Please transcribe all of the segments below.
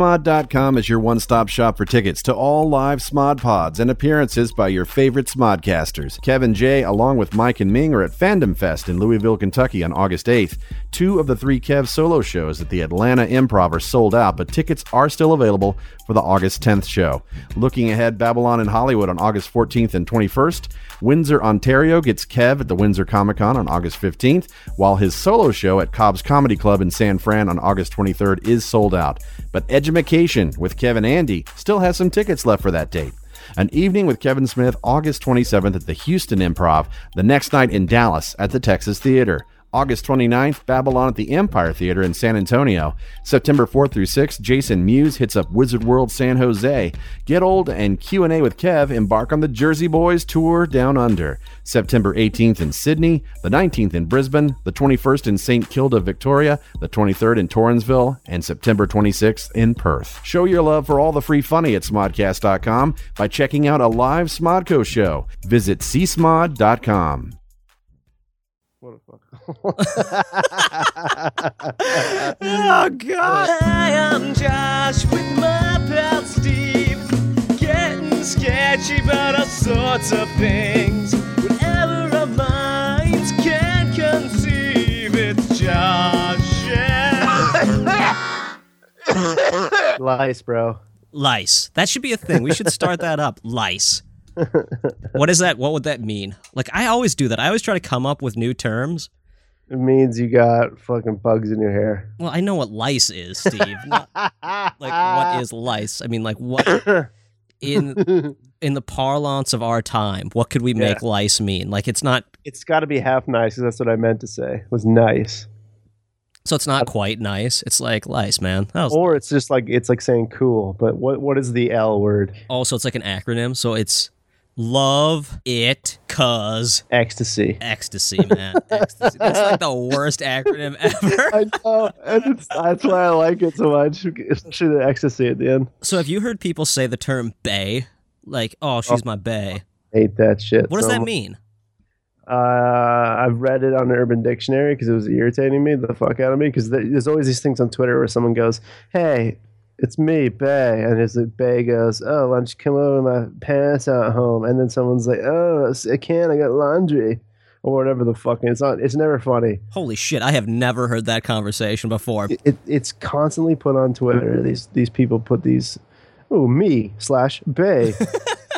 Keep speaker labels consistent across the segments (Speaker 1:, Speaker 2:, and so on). Speaker 1: CSmod.com is your one stop shop for tickets to all live Smod pods and appearances by your favorite Smodcasters. Kevin J, along with Mike and Ming, are at Fandom Fest in Louisville, Kentucky on August 8th. Two of the three Kev solo shows at the Atlanta Improv are sold out, but tickets are still available for the August 10th show. Looking ahead, Babylon in Hollywood on August 14th and 21st. Windsor, Ontario gets Kev at the Windsor Comic Con on August 15th, while his solo show at Cobb's Comedy Club in San Fran on August 23rd is sold out. But Edumacation with Kevin Andy still has some tickets left for that date. An evening with Kevin Smith, August 27th at the Houston Improv, the next night in Dallas at the Texas Theater. August 29th, Babylon at the Empire Theater in San Antonio. September 4th through 6th, Jason Mewes hits up Wizard World San Jose. Get Old and Q&A with Kev embark on the Jersey Boys Tour Down Under. September 18th in Sydney, the 19th in Brisbane, the 21st in St. Kilda, Victoria, the 23rd in Torrensville, and September 26th in Perth. Show your love for all the free funny at smodcast.com by checking out a live Smodco show. Visit csmod.com.
Speaker 2: What a fuck.
Speaker 3: Oh God! I am Josh with my pal Steve, getting sketchy about all sorts of things. Whatever our minds can conceive, it's Josh. and-
Speaker 2: Lice, bro.
Speaker 4: Lice. That should be a thing. We should start that up. Lice. What is that? What would that mean? Like I always do that. I always try to come up with new terms.
Speaker 2: It means you got fucking bugs in your hair.
Speaker 4: Well, I know what lice is, Steve. Not, like what is lice? I mean, like what in in the parlance of our time, what could we make lice mean? Like it's not
Speaker 2: It's got to be half nice 'cause that's what I meant to say. Was nice,
Speaker 4: so it's
Speaker 2: Uh,
Speaker 4: not quite nice. It's like lice, man. That was,
Speaker 2: or it's just like it's like saying cool. But what what is the L word?
Speaker 4: also, it's like an acronym, so it's love it cuz
Speaker 2: Ecstasy.
Speaker 4: ecstasy, man. ecstasy. That's like the worst acronym ever.
Speaker 2: I know, and it's, that's why I like it so much, especially the ecstasy at the end.
Speaker 4: So have you heard people say the term "bay"? Like, oh, she's my bay.
Speaker 2: Hate that shit.
Speaker 4: What does
Speaker 2: so
Speaker 4: that
Speaker 2: much.
Speaker 4: mean?
Speaker 2: Uh, I've read it on Urban Dictionary because it was irritating me the fuck out of me because there's always these things on Twitter where someone goes, "Hey, it's me, Bay," and it's like Bay goes, "Oh, why don't you come over? My parents aren't home," and then someone's like, "Oh, I can't. I got laundry." Or whatever the fuck. It's not. It's never funny.
Speaker 4: Holy shit! I have never heard that conversation before.
Speaker 2: It, it it's constantly put on Twitter. These these people put these, oh me slash Bay.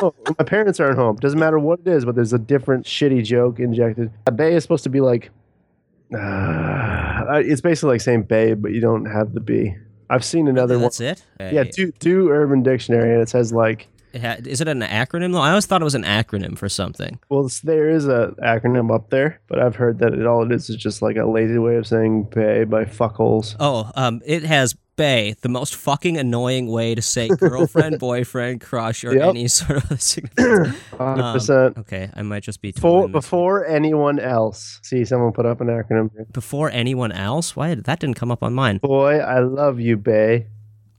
Speaker 2: oh, my parents aren't home. Doesn't matter what it is, but there's a different shitty joke injected. A Bay is supposed to be like, uh, it's basically like saying babe, but you don't have the B. I've seen another one.
Speaker 4: That's it.
Speaker 2: Yeah,
Speaker 4: Bay.
Speaker 2: do do Urban Dictionary, and it says like,
Speaker 4: It ha- is it an acronym though? I always thought it was an acronym for something.
Speaker 2: well, it's- there is a acronym up there, but I've heard that it all it is is just like a lazy way of saying Bay by fuckholes.
Speaker 4: Oh, um, it has bay, the most fucking annoying way to say girlfriend, boyfriend, crush, or
Speaker 2: Yep.
Speaker 4: any sort of significance.
Speaker 2: Hundred
Speaker 4: Um,
Speaker 2: percent.
Speaker 4: okay, I might just be
Speaker 2: Before,
Speaker 4: before,
Speaker 2: before anyone else, see someone put up an acronym. here.
Speaker 4: before anyone else. Why did- that didn't come up on mine?
Speaker 2: Boy, I love you, Bay.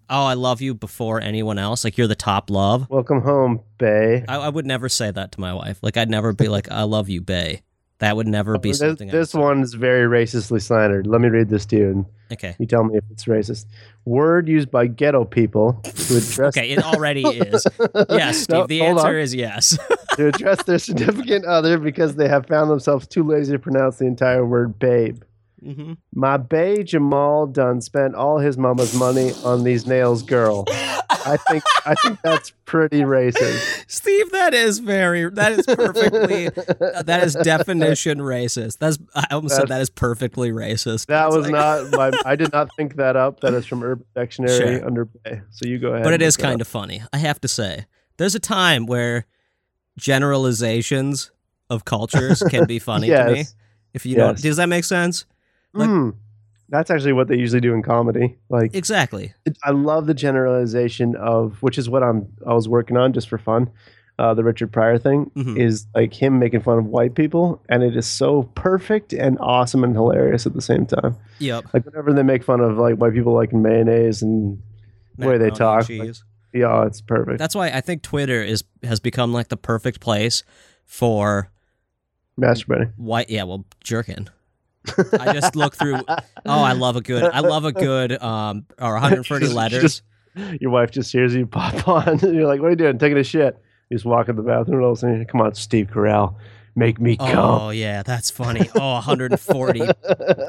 Speaker 4: Oh, I love you before anyone else. Like you're the top love.
Speaker 2: Welcome home, Bay.
Speaker 4: I, I would never say that to my wife. Like I'd never be like, "I love you, Bay." That would never be
Speaker 2: This,
Speaker 4: something. I
Speaker 2: this
Speaker 4: would
Speaker 2: one is very racistly slandered. Let me read this to you, and
Speaker 4: say. Okay.
Speaker 2: you tell me if it's racist. Word used by ghetto people to address
Speaker 4: Okay, it already is. Yes, Steve.
Speaker 2: No,
Speaker 4: the
Speaker 2: hold
Speaker 4: answer
Speaker 2: on.
Speaker 4: is yes.
Speaker 2: to address their significant other because they have found themselves too lazy to pronounce the entire word babe.
Speaker 4: Mhm.
Speaker 2: My bae Jamal Dunn spent all his mama's money on these nails, girl. I think I think that's pretty racist.
Speaker 4: Steve, that is very. That is perfectly. that is definition racist. That's. I almost said that is perfectly racist.
Speaker 2: That
Speaker 4: It's
Speaker 2: was
Speaker 4: like-
Speaker 2: not my. I did not think that up. That is from Urban Dictionary
Speaker 4: Sure.
Speaker 2: under bae. So you go ahead.
Speaker 4: But it is kind of funny. I have to say, there's a time where generalizations of cultures can be funny to me.
Speaker 2: Yes.
Speaker 4: If you don't,
Speaker 2: Yes.
Speaker 4: does that make sense? Like-
Speaker 2: Mm. That's actually what they usually do in comedy. Like
Speaker 4: Exactly.
Speaker 2: it- I love the generalization of which is what I'm I was working on just for fun. Uh, the Richard Pryor thing
Speaker 4: Mhm.
Speaker 2: is like him making fun of white people, and it is so perfect and awesome and hilarious at the same time.
Speaker 4: Yep.
Speaker 2: Like whenever they make fun of like white people like mayonnaise and the
Speaker 4: Macaroni
Speaker 2: way they
Speaker 4: and
Speaker 2: talk, like,
Speaker 4: cheese.
Speaker 2: yeah, it's perfect.
Speaker 4: That's why I think Twitter is has become like the perfect place for
Speaker 2: Masturbating.
Speaker 4: white. Yeah, well, jerking. I just look through. Oh, I love a good. I love a good. Um, or 130
Speaker 2: Just-
Speaker 4: letters.
Speaker 2: just- Your wife just hears you pop on. And you're like, what are you doing? Taking a shit. You just walk in the bathroom and all of a sudden, come on, Steve Carell, make me come.
Speaker 4: Oh yeah, that's funny. Oh, 140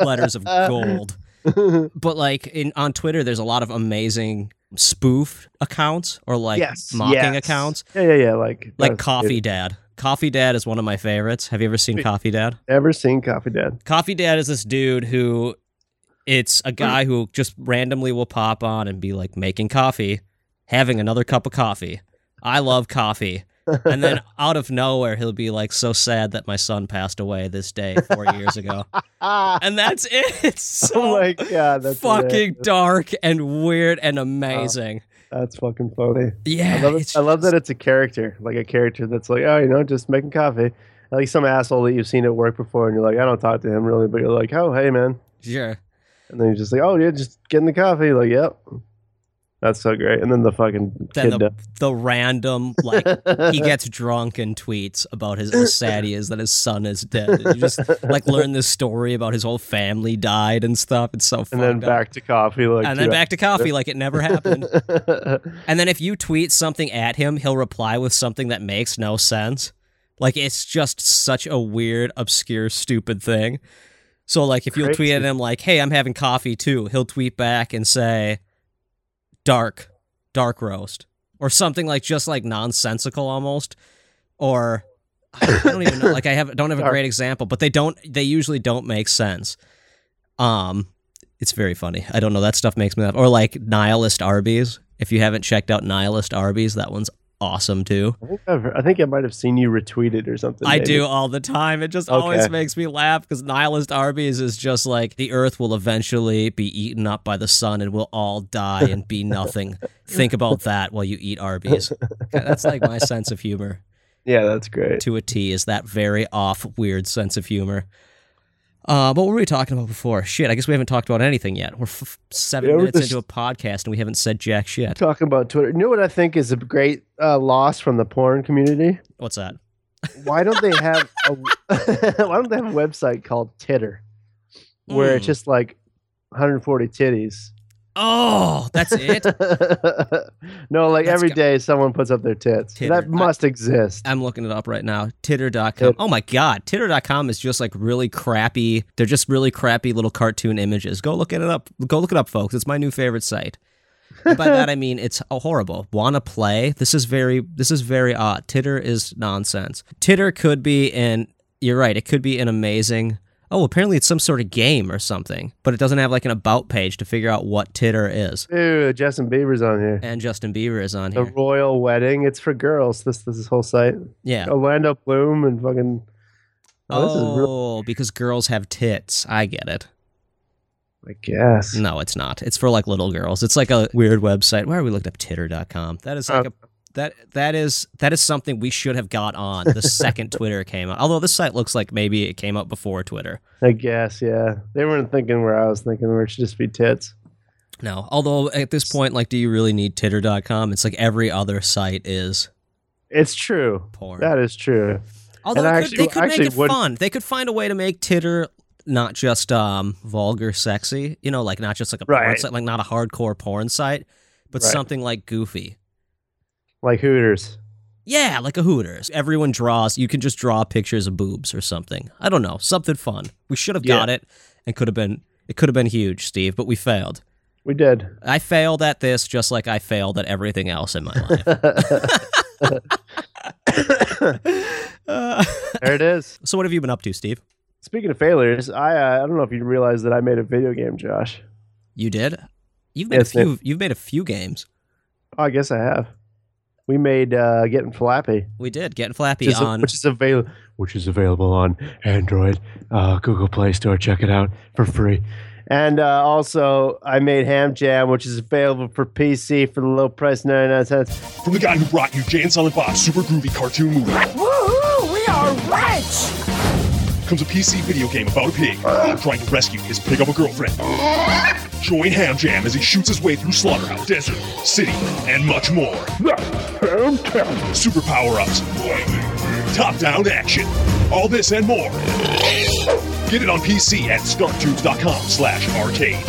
Speaker 4: letters of gold. But like in on Twitter, there's a lot of amazing spoof accounts or like
Speaker 2: Yes,
Speaker 4: mocking
Speaker 2: yes.
Speaker 4: accounts,
Speaker 2: Yeah, yeah, yeah. Like,
Speaker 4: like
Speaker 2: that's-
Speaker 4: Coffee Dad. Coffee Dad is one of my favorites. Have you ever seen Coffee Dad?
Speaker 2: Ever seen Coffee Dad?
Speaker 4: Coffee Dad is this dude who it's
Speaker 2: Hmm.
Speaker 4: a guy who just randomly will pop on and be like making coffee, having another cup of coffee. I love coffee. And then out of nowhere, he'll be like, so sad that my son passed away this day four years ago.
Speaker 2: Ah,
Speaker 4: And that's it. It's so
Speaker 2: oh my god, that's
Speaker 4: fucking
Speaker 2: hilarious.
Speaker 4: dark and weird and amazing.
Speaker 2: That's fucking funny.
Speaker 4: yeah.
Speaker 2: I love it.
Speaker 4: it's
Speaker 2: I love
Speaker 4: just-
Speaker 2: that it's a character, like a character that's like, oh, you know, just making coffee. Like some asshole that you've seen at work before, and you're like, I don't talk to him really, but you're like, oh, hey, man.
Speaker 4: Sure.
Speaker 2: And then you're just like, oh, yeah, just getting the coffee. Like, yep. That's so great. And then the fucking
Speaker 4: Then
Speaker 2: kid
Speaker 4: the, the random, like, he gets drunk and tweets about his how sad he is that his son is dead. And you just like learn this story about his whole family died and stuff. It's so
Speaker 2: and
Speaker 4: fucked
Speaker 2: then
Speaker 4: up.
Speaker 2: back to coffee. Like,
Speaker 4: and then back to coffee like it never happened.
Speaker 2: back.
Speaker 4: and then if you tweet something at him, he'll reply with something that makes no sense. Like it's just such a weird, obscure, stupid thing. So like if you'll tweet
Speaker 2: Crazy.
Speaker 4: at him like, "Hey, I'm having coffee too," he'll tweet back and say, "Dark, dark roast," or something like just like nonsensical almost, or I don't even know. Like I have don't have a
Speaker 2: Dark.
Speaker 4: great example, but they don't. They usually don't make sense. Um, it's very funny. I don't know. That stuff makes me laugh. Or like Nihilist Arby's. If you haven't checked out Nihilist Arby's, that one's awesome too.
Speaker 2: I think, I've, I think I might have seen you retweet it or something.
Speaker 4: I
Speaker 2: maybe.
Speaker 4: do all the time. It just
Speaker 2: Okay.
Speaker 4: always makes me laugh because Nihilist Arby's is just like the earth will eventually be eaten up by the sun and we'll all die and be nothing. Think about that while you eat Arby's. That's like my sense of humor
Speaker 2: Yeah, that's great.
Speaker 4: to a T is that very off, weird sense of humor. Uh, but what were we talking about before? Shit, I guess we haven't talked about anything yet. We're f- seven
Speaker 2: Yeah, we're
Speaker 4: minutes
Speaker 2: just-
Speaker 4: into a podcast and we haven't said jack shit.
Speaker 2: Talking about Twitter. You know what I think is a great uh, loss from the porn community?
Speaker 4: What's that?
Speaker 2: why don't they have a why don't they have a website called Titter where it's
Speaker 4: Mm.
Speaker 2: just like 140 titties?
Speaker 4: Oh, that's it.
Speaker 2: no, like
Speaker 4: That's
Speaker 2: every
Speaker 4: got-
Speaker 2: day someone puts up their tits.
Speaker 4: Titter.
Speaker 2: That must exist.
Speaker 4: I'm looking it up right now. Titter.com.
Speaker 2: Titter.
Speaker 4: Oh my god, Titter.com is just like really crappy. They're just really crappy little cartoon images. Go look it up. Go look it up, folks. It's my new favorite site. And by that I mean it's a horrible. Wanna play? This is very this is very odd. Titter is nonsense. Titter could be an you're right, it could be an amazing Oh, apparently it's some sort of game or something, but it doesn't have like an about page to figure out what Titter is.
Speaker 2: Dude, Justin Bieber's on here.
Speaker 4: And Justin Bieber is on
Speaker 2: The
Speaker 4: here.
Speaker 2: Royal Wedding. It's for girls. This this whole site.
Speaker 4: Yeah.
Speaker 2: Orlando Bloom and fucking. Oh, this is real.
Speaker 4: Oh, because girls have tits. I get it.
Speaker 2: I guess.
Speaker 4: No, it's not. It's for like little girls. It's like a weird website. Why are we looked up titter.com? That is like
Speaker 2: Oh.
Speaker 4: a that that is that is something we should have got on the second Twitter came out. Although this site looks like maybe it came up before Twitter.
Speaker 2: I guess. Yeah. They weren't thinking where I was thinking. Where it should just be tits.
Speaker 4: No. Although at this point like do you really need titter.com? It's like every other site is
Speaker 2: It's true.
Speaker 4: porn.
Speaker 2: That is true.
Speaker 4: Although
Speaker 2: and I
Speaker 4: it could-
Speaker 2: actually-
Speaker 4: they could
Speaker 2: actually
Speaker 4: make it
Speaker 2: would-
Speaker 4: fun. They could find a way to make titter not just um vulgar sexy, you know, like not just like a porn
Speaker 2: Right.
Speaker 4: site, like not a hardcore porn site, but
Speaker 2: Right.
Speaker 4: something like goofy.
Speaker 2: Like Hooters.
Speaker 4: Yeah, like a Hooters. Everyone draws. You can just draw pictures of boobs or something. I don't know, something fun. We should have got it, and could have been. It could have been huge, Steve, but we failed.
Speaker 2: We did.
Speaker 4: I failed at this, just like I failed at everything else in my life. Uh,
Speaker 2: There it is.
Speaker 4: so, what have you been up to, Steve?
Speaker 2: Speaking of failures, I uh, I don't know if you realize that I made a video game, Josh.
Speaker 4: You did. You've made
Speaker 2: Yes,
Speaker 4: a few. You've made a few games.
Speaker 2: Oh, I guess I have. We made uh, Getting Flappy,
Speaker 4: We did. Getting flappy
Speaker 2: which is,
Speaker 4: on.
Speaker 2: which is available, which is available on Android, uh, Google Play Store. Check it out for free. And uh, also, I made Ham Jam, which is available for PC for the low price ninety nine cents.
Speaker 5: From the guy who brought you Jay and Silent Bob Super Groovy Cartoon Movie
Speaker 6: Woohoo! We are rich!
Speaker 5: comes a PC video game about a pig trying to rescue his pig of a girlfriend. Join Ham Jam as he shoots his way through slaughterhouse, desert, city, and much more. Super power ups, top down action, all this and more Get it on PC at StarTubes.com slash arcade.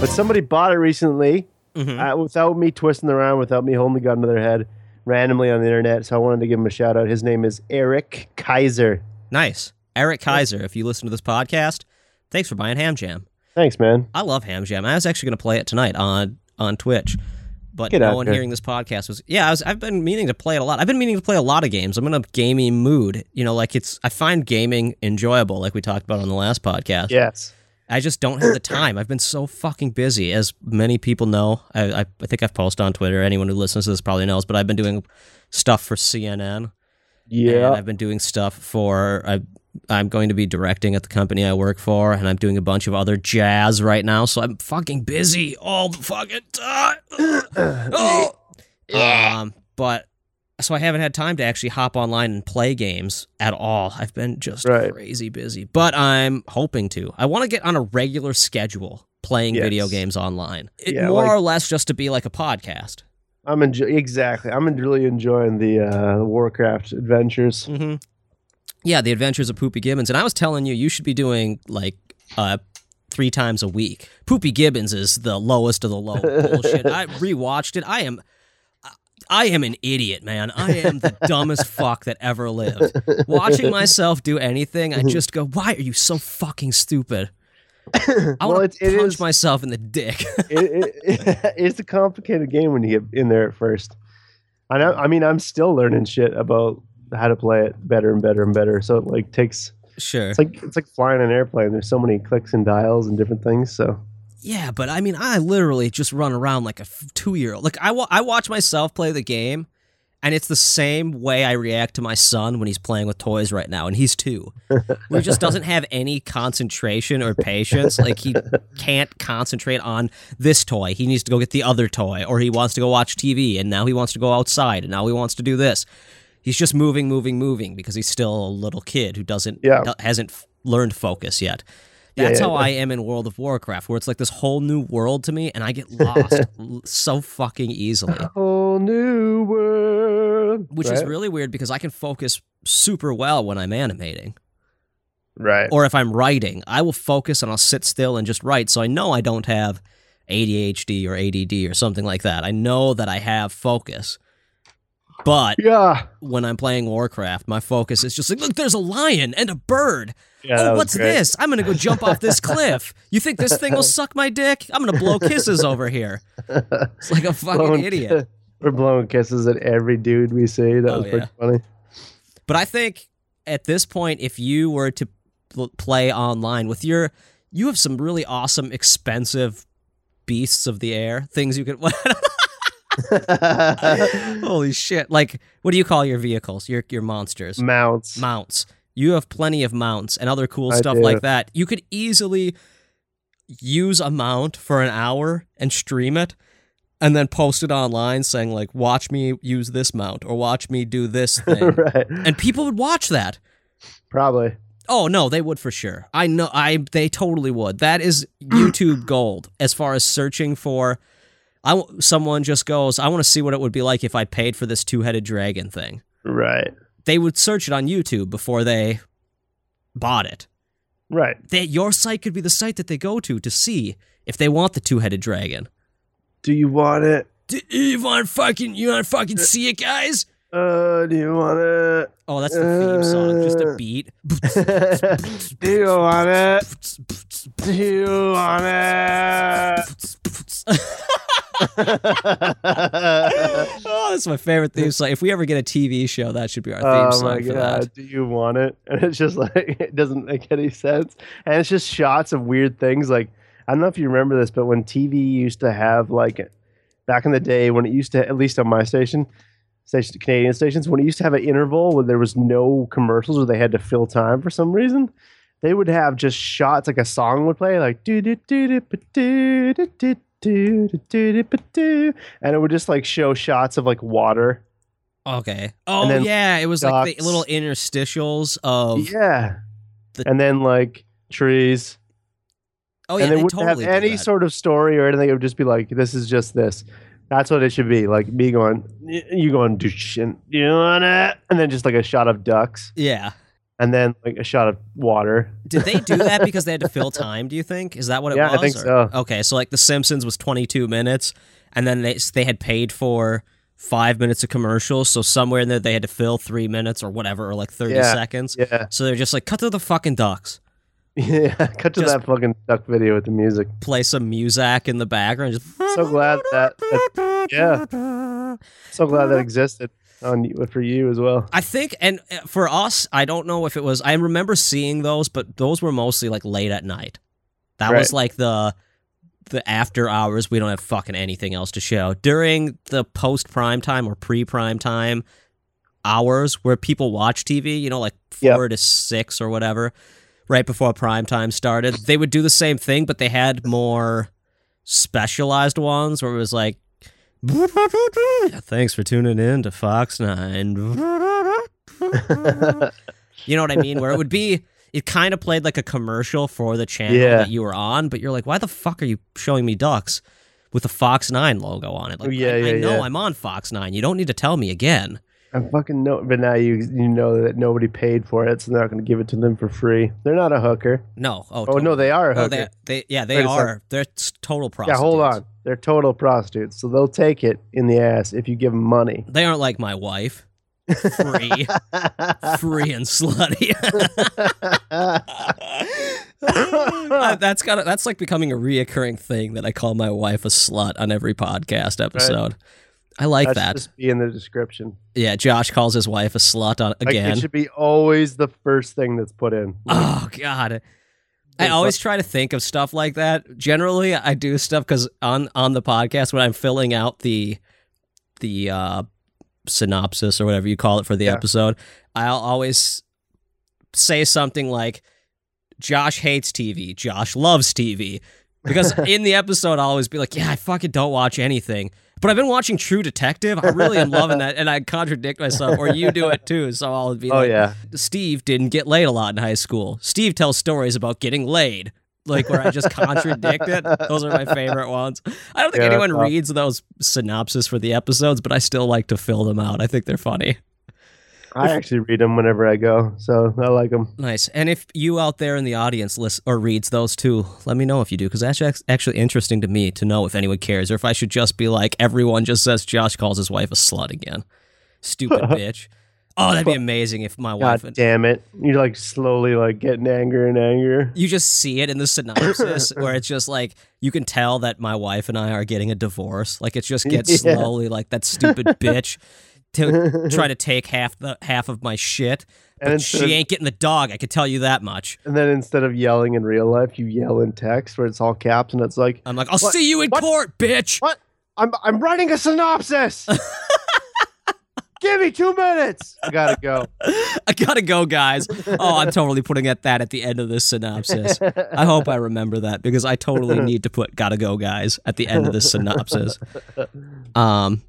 Speaker 2: But somebody bought it recently uh, without me twisting around, without me holding the gun to their head, randomly on the internet. So I wanted to give him a shout out. His name is Eric Kaiser.
Speaker 4: Nice. Eric Kaiser, if you listen to this podcast, thanks for buying Ham Jam.
Speaker 2: Thanks, man.
Speaker 4: I love Ham Jam. I was actually going to play it tonight on on Twitch, but
Speaker 2: Get
Speaker 4: no
Speaker 2: out
Speaker 4: one
Speaker 2: there.
Speaker 4: hearing this podcast was. Yeah, I was, I've been meaning to play it a lot. I've been meaning to play a lot of games. I'm in a gamey mood. You know, like it's. I find gaming enjoyable, like we talked about on the last podcast.
Speaker 2: Yes.
Speaker 4: I just don't have the time. I've been so fucking busy, as many people know. I, I, I think I've posted on Twitter. Anyone who listens to this probably knows, but I've been doing stuff for CNN. And
Speaker 2: Yeah.
Speaker 4: I've been doing stuff for I I'm going to be directing at the company I work for and I'm doing a bunch of other jazz right now, so I'm fucking busy all the fucking time. oh! Um but so I haven't had time to actually hop online and play games at all. I've been just
Speaker 2: Right.
Speaker 4: crazy busy, but I'm hoping to. I want to get on a regular schedule playing
Speaker 2: Yes.
Speaker 4: video games online. It,
Speaker 2: Yeah,
Speaker 4: more
Speaker 2: like-
Speaker 4: or less just to be like a podcast.
Speaker 2: I'm enjo- exactly. I'm en- really enjoying the uh, Warcraft adventures.
Speaker 4: hmm Yeah, the Adventures of Poopy Gibbons, and I was telling you, you should be doing like uh, three times a week. Poopy Gibbons is the lowest of the low bullshit. I rewatched it. I am, I- I am an idiot, man. I am the dumbest fuck that ever lived. Watching myself do anything,
Speaker 2: Mm-hmm.
Speaker 4: I just go, "Why are you so fucking stupid?" I
Speaker 2: Well,
Speaker 4: want
Speaker 2: it-
Speaker 4: to
Speaker 2: it
Speaker 4: punch
Speaker 2: is-
Speaker 4: myself in the dick.
Speaker 2: it, it, it's a complicated game when you get in there at first. I know. I mean, I'm still learning shit about how to play it better and better and better. So it like takes.
Speaker 4: sure.
Speaker 2: It's like it's like flying an airplane. There's so many clicks and dials and different things. So
Speaker 4: Yeah, but I mean, I literally just run around like a two year old. Like, I, wa- I watch myself play the game, and it's the same way I react to my son when he's playing with toys right now, and he's two. He just doesn't have any concentration or patience. Like, he can't concentrate on this toy. He needs to go get the other toy, or he wants to go watch TV, and now he wants to go outside, and now he wants to do this. He's just moving, moving, moving because he's still a little kid who doesn't
Speaker 2: Yeah.
Speaker 4: do- hasn't f- learned focus yet. That's
Speaker 2: yeah,
Speaker 4: how I am in World of Warcraft, where it's like this whole new world to me, and I get lost l- so fucking easily,
Speaker 2: whole new world.
Speaker 4: which is
Speaker 2: right?
Speaker 4: really weird because I can focus super well when I'm animating
Speaker 2: right.
Speaker 4: or if I'm writing. I will focus and I'll sit still and just write, so I know I don't have ADHD or ADD or something like that. I know that I have focus, but
Speaker 2: yeah.
Speaker 4: when I'm playing Warcraft, my focus is just like, look, there's a lion and a bird.
Speaker 2: Yeah, that
Speaker 4: oh,
Speaker 2: was
Speaker 4: what's
Speaker 2: great.
Speaker 4: this? I'm gonna go jump off this cliff. You think this thing will suck my dick? I'm gonna blow kisses over here. It's like a fucking
Speaker 2: Blowing-
Speaker 4: idiot.
Speaker 2: We're blowing kisses at every dude we see. That
Speaker 4: Oh,
Speaker 2: was pretty
Speaker 4: yeah.
Speaker 2: funny.
Speaker 4: But I think at this point, if you were to pl- play online with your, you have some really awesome, expensive beasts of the air things you could. Holy shit! Like, what do you call your vehicles? Your your monsters?
Speaker 2: Mounts.
Speaker 4: mounts. You have plenty of mounts and other cool
Speaker 2: I
Speaker 4: stuff
Speaker 2: do.
Speaker 4: like that. You could easily use a mount for an hour and stream it and then post it online saying like watch me use this mount or watch me do this thing.
Speaker 2: right.
Speaker 4: And people would watch that.
Speaker 2: Probably.
Speaker 4: Oh no, they would for sure. I know I they totally would. That is YouTube gold as far as searching for I w- someone just goes, I want to see what it would be like if I paid for this two-headed dragon thing
Speaker 2: Right.
Speaker 4: they would search it on YouTube before they bought it.
Speaker 2: Right.
Speaker 4: They, your site could be the site that they go to to see if they want the two-headed dragon.
Speaker 2: Do you want it?
Speaker 4: Do you want fucking you want to fucking see it, guys?
Speaker 2: Uh, do you want it?
Speaker 4: Oh, that's the theme song, just a beat.
Speaker 2: do you want it? Do you want it?
Speaker 4: oh, that's my favorite theme song. If we ever get a TV show, that should be our theme
Speaker 2: Oh
Speaker 4: song
Speaker 2: my
Speaker 4: for
Speaker 2: god,
Speaker 4: that.
Speaker 2: do you want it? And it's just like it doesn't make any sense. And it's just shots of weird things. Like I don't know if you remember this, but when TV used to have like back in the day when it used to at least on my station, station Canadian stations, when it used to have an interval where there was no commercials or they had to fill time for some reason. They would have just shots like a song would play, like do do do do ba- do do do do do do do do, and it would just like show shots of like water.
Speaker 4: Okay. Oh
Speaker 2: And then
Speaker 4: yeah, it was like the
Speaker 2: ducks.
Speaker 4: little interstitials of.
Speaker 2: Yeah.
Speaker 4: the-
Speaker 2: and then like trees.
Speaker 4: Oh yeah,
Speaker 2: and they,
Speaker 4: they,
Speaker 2: wouldn't
Speaker 4: totally
Speaker 2: have
Speaker 4: did
Speaker 2: any
Speaker 4: that.
Speaker 2: sort of story or anything. It would just be like, this is just this. That's what it should be. Like me going, y- you going, "Doosh," and you want it? And then just like a shot of ducks.
Speaker 4: Yeah.
Speaker 2: and then like a shot of water.
Speaker 4: Did they do that because they had to fill time? Do you think is that what it
Speaker 2: Yeah, I
Speaker 4: was?
Speaker 2: think
Speaker 4: or-
Speaker 2: so.
Speaker 4: Okay, so like The Simpsons was 22 minutes, and then they they had paid for five minutes of commercials, so somewhere in there they had to fill three minutes or whatever, or like 30
Speaker 2: Yeah,
Speaker 4: seconds.
Speaker 2: Yeah,
Speaker 4: So they're just like, cut to the fucking ducks,
Speaker 2: yeah. Cut to
Speaker 4: Just-
Speaker 2: that fucking duck video with the music.
Speaker 4: play some muzak in the background, just
Speaker 2: So glad that, that yeah. So glad that existed on you- for you as well.
Speaker 4: I think, and uh, for us, I don't know if it was. I remember seeing those, but those were mostly like late at night. That was
Speaker 2: Right.
Speaker 4: like the the after hours. We don't have fucking anything else to show during the post prime time or pre prime time hours where people watch TV. You know, like
Speaker 2: Yep.
Speaker 4: four to six or whatever, right before prime time started. They would do the same thing, but they had more specialized ones where it was like Thanks for tuning in to Fox 9. you know what I mean? Where it would be, it kind of played like a commercial for the channel
Speaker 2: Yeah.
Speaker 4: that you were on, but you're like, why the fuck are you showing me ducks with the Fox 9 logo on it? Like,
Speaker 2: Yeah,
Speaker 4: I, I
Speaker 2: yeah,
Speaker 4: know
Speaker 2: yeah.
Speaker 4: I'm on Fox 9. You don't need to tell me again.
Speaker 2: I fucking know, but now you you know that nobody paid for it, so they're not going to give it to them for free. They're not a hooker.
Speaker 4: No. Oh,
Speaker 2: Oh no, they are a hooker.
Speaker 4: they, they, yeah, they
Speaker 2: Wait a
Speaker 4: are. They're s- total
Speaker 2: yeah,
Speaker 4: prostitutes.
Speaker 2: hold on. They're total prostitutes, so they'll take it in the ass if you give them money.
Speaker 4: They aren't like my wife. Free, free and slutty. Uh, that's got that's like becoming a reoccurring thing that I call my wife a slut on every podcast episode. I like
Speaker 2: That
Speaker 4: that.
Speaker 2: should just be in the description.
Speaker 4: Yeah, Josh calls his wife a slut on
Speaker 2: Like,
Speaker 4: again.
Speaker 2: it should be always the first thing that's put in.
Speaker 4: oh god. I
Speaker 2: Like,
Speaker 4: always try to think of stuff like that. Generally, I do stuff cuz on on the podcast when I'm filling out the the uh synopsis or whatever you call it for the
Speaker 2: Yeah.
Speaker 4: episode, I'll always say something like Josh hates TV, Josh loves TV. Because in the episode, I'll always be like, yeah, I fucking don't watch anything. But I've been watching True Detective. I really am loving that. And I contradict myself, or you do it too. So I'll be
Speaker 2: oh
Speaker 4: like,
Speaker 2: yeah,
Speaker 4: Steve didn't get laid a lot in high school. Steve tells stories about getting laid, like where I just contradict it. Those are my favorite ones. I don't think
Speaker 2: Yeah, that's
Speaker 4: anyone
Speaker 2: awesome.
Speaker 4: reads those synopses for the episodes, but I still like to fill them out. I think they're funny.
Speaker 2: I actually read them whenever I go, so I like them.
Speaker 4: Nice. And if you out there in the audience list or reads those too, let me know if you do, because that's ac- actually interesting to me to know if anyone cares or if I should just be like, everyone just says Josh calls his wife a slut again. Stupid bitch. Oh, that'd be amazing if my
Speaker 2: God
Speaker 4: wife.
Speaker 2: damn it! You're like slowly like getting angrier and angrier.
Speaker 4: you just see it in the synopsis where it's just like you can tell that my wife and I are getting a divorce. Like it just gets
Speaker 2: Yeah.
Speaker 4: slowly like that stupid bitch to try to take half the half of my shit.
Speaker 2: And
Speaker 4: But
Speaker 2: instead of-
Speaker 4: she ain't getting the dog, I could tell you that much.
Speaker 2: And then instead of yelling in real life, you yell in text where it's all caps, and it's like,
Speaker 4: I'm like, I'll
Speaker 2: What-
Speaker 4: see you in
Speaker 2: what-
Speaker 4: court, bitch.
Speaker 2: "What? I'm I'm writing a synopsis. Give me two minutes. I gotta go.
Speaker 4: I gotta go, guys. Oh, I'm totally putting at that at the end of this synopsis. I hope I remember that because I totally need to put "gotta go, guys" at the end of this synopsis. Um,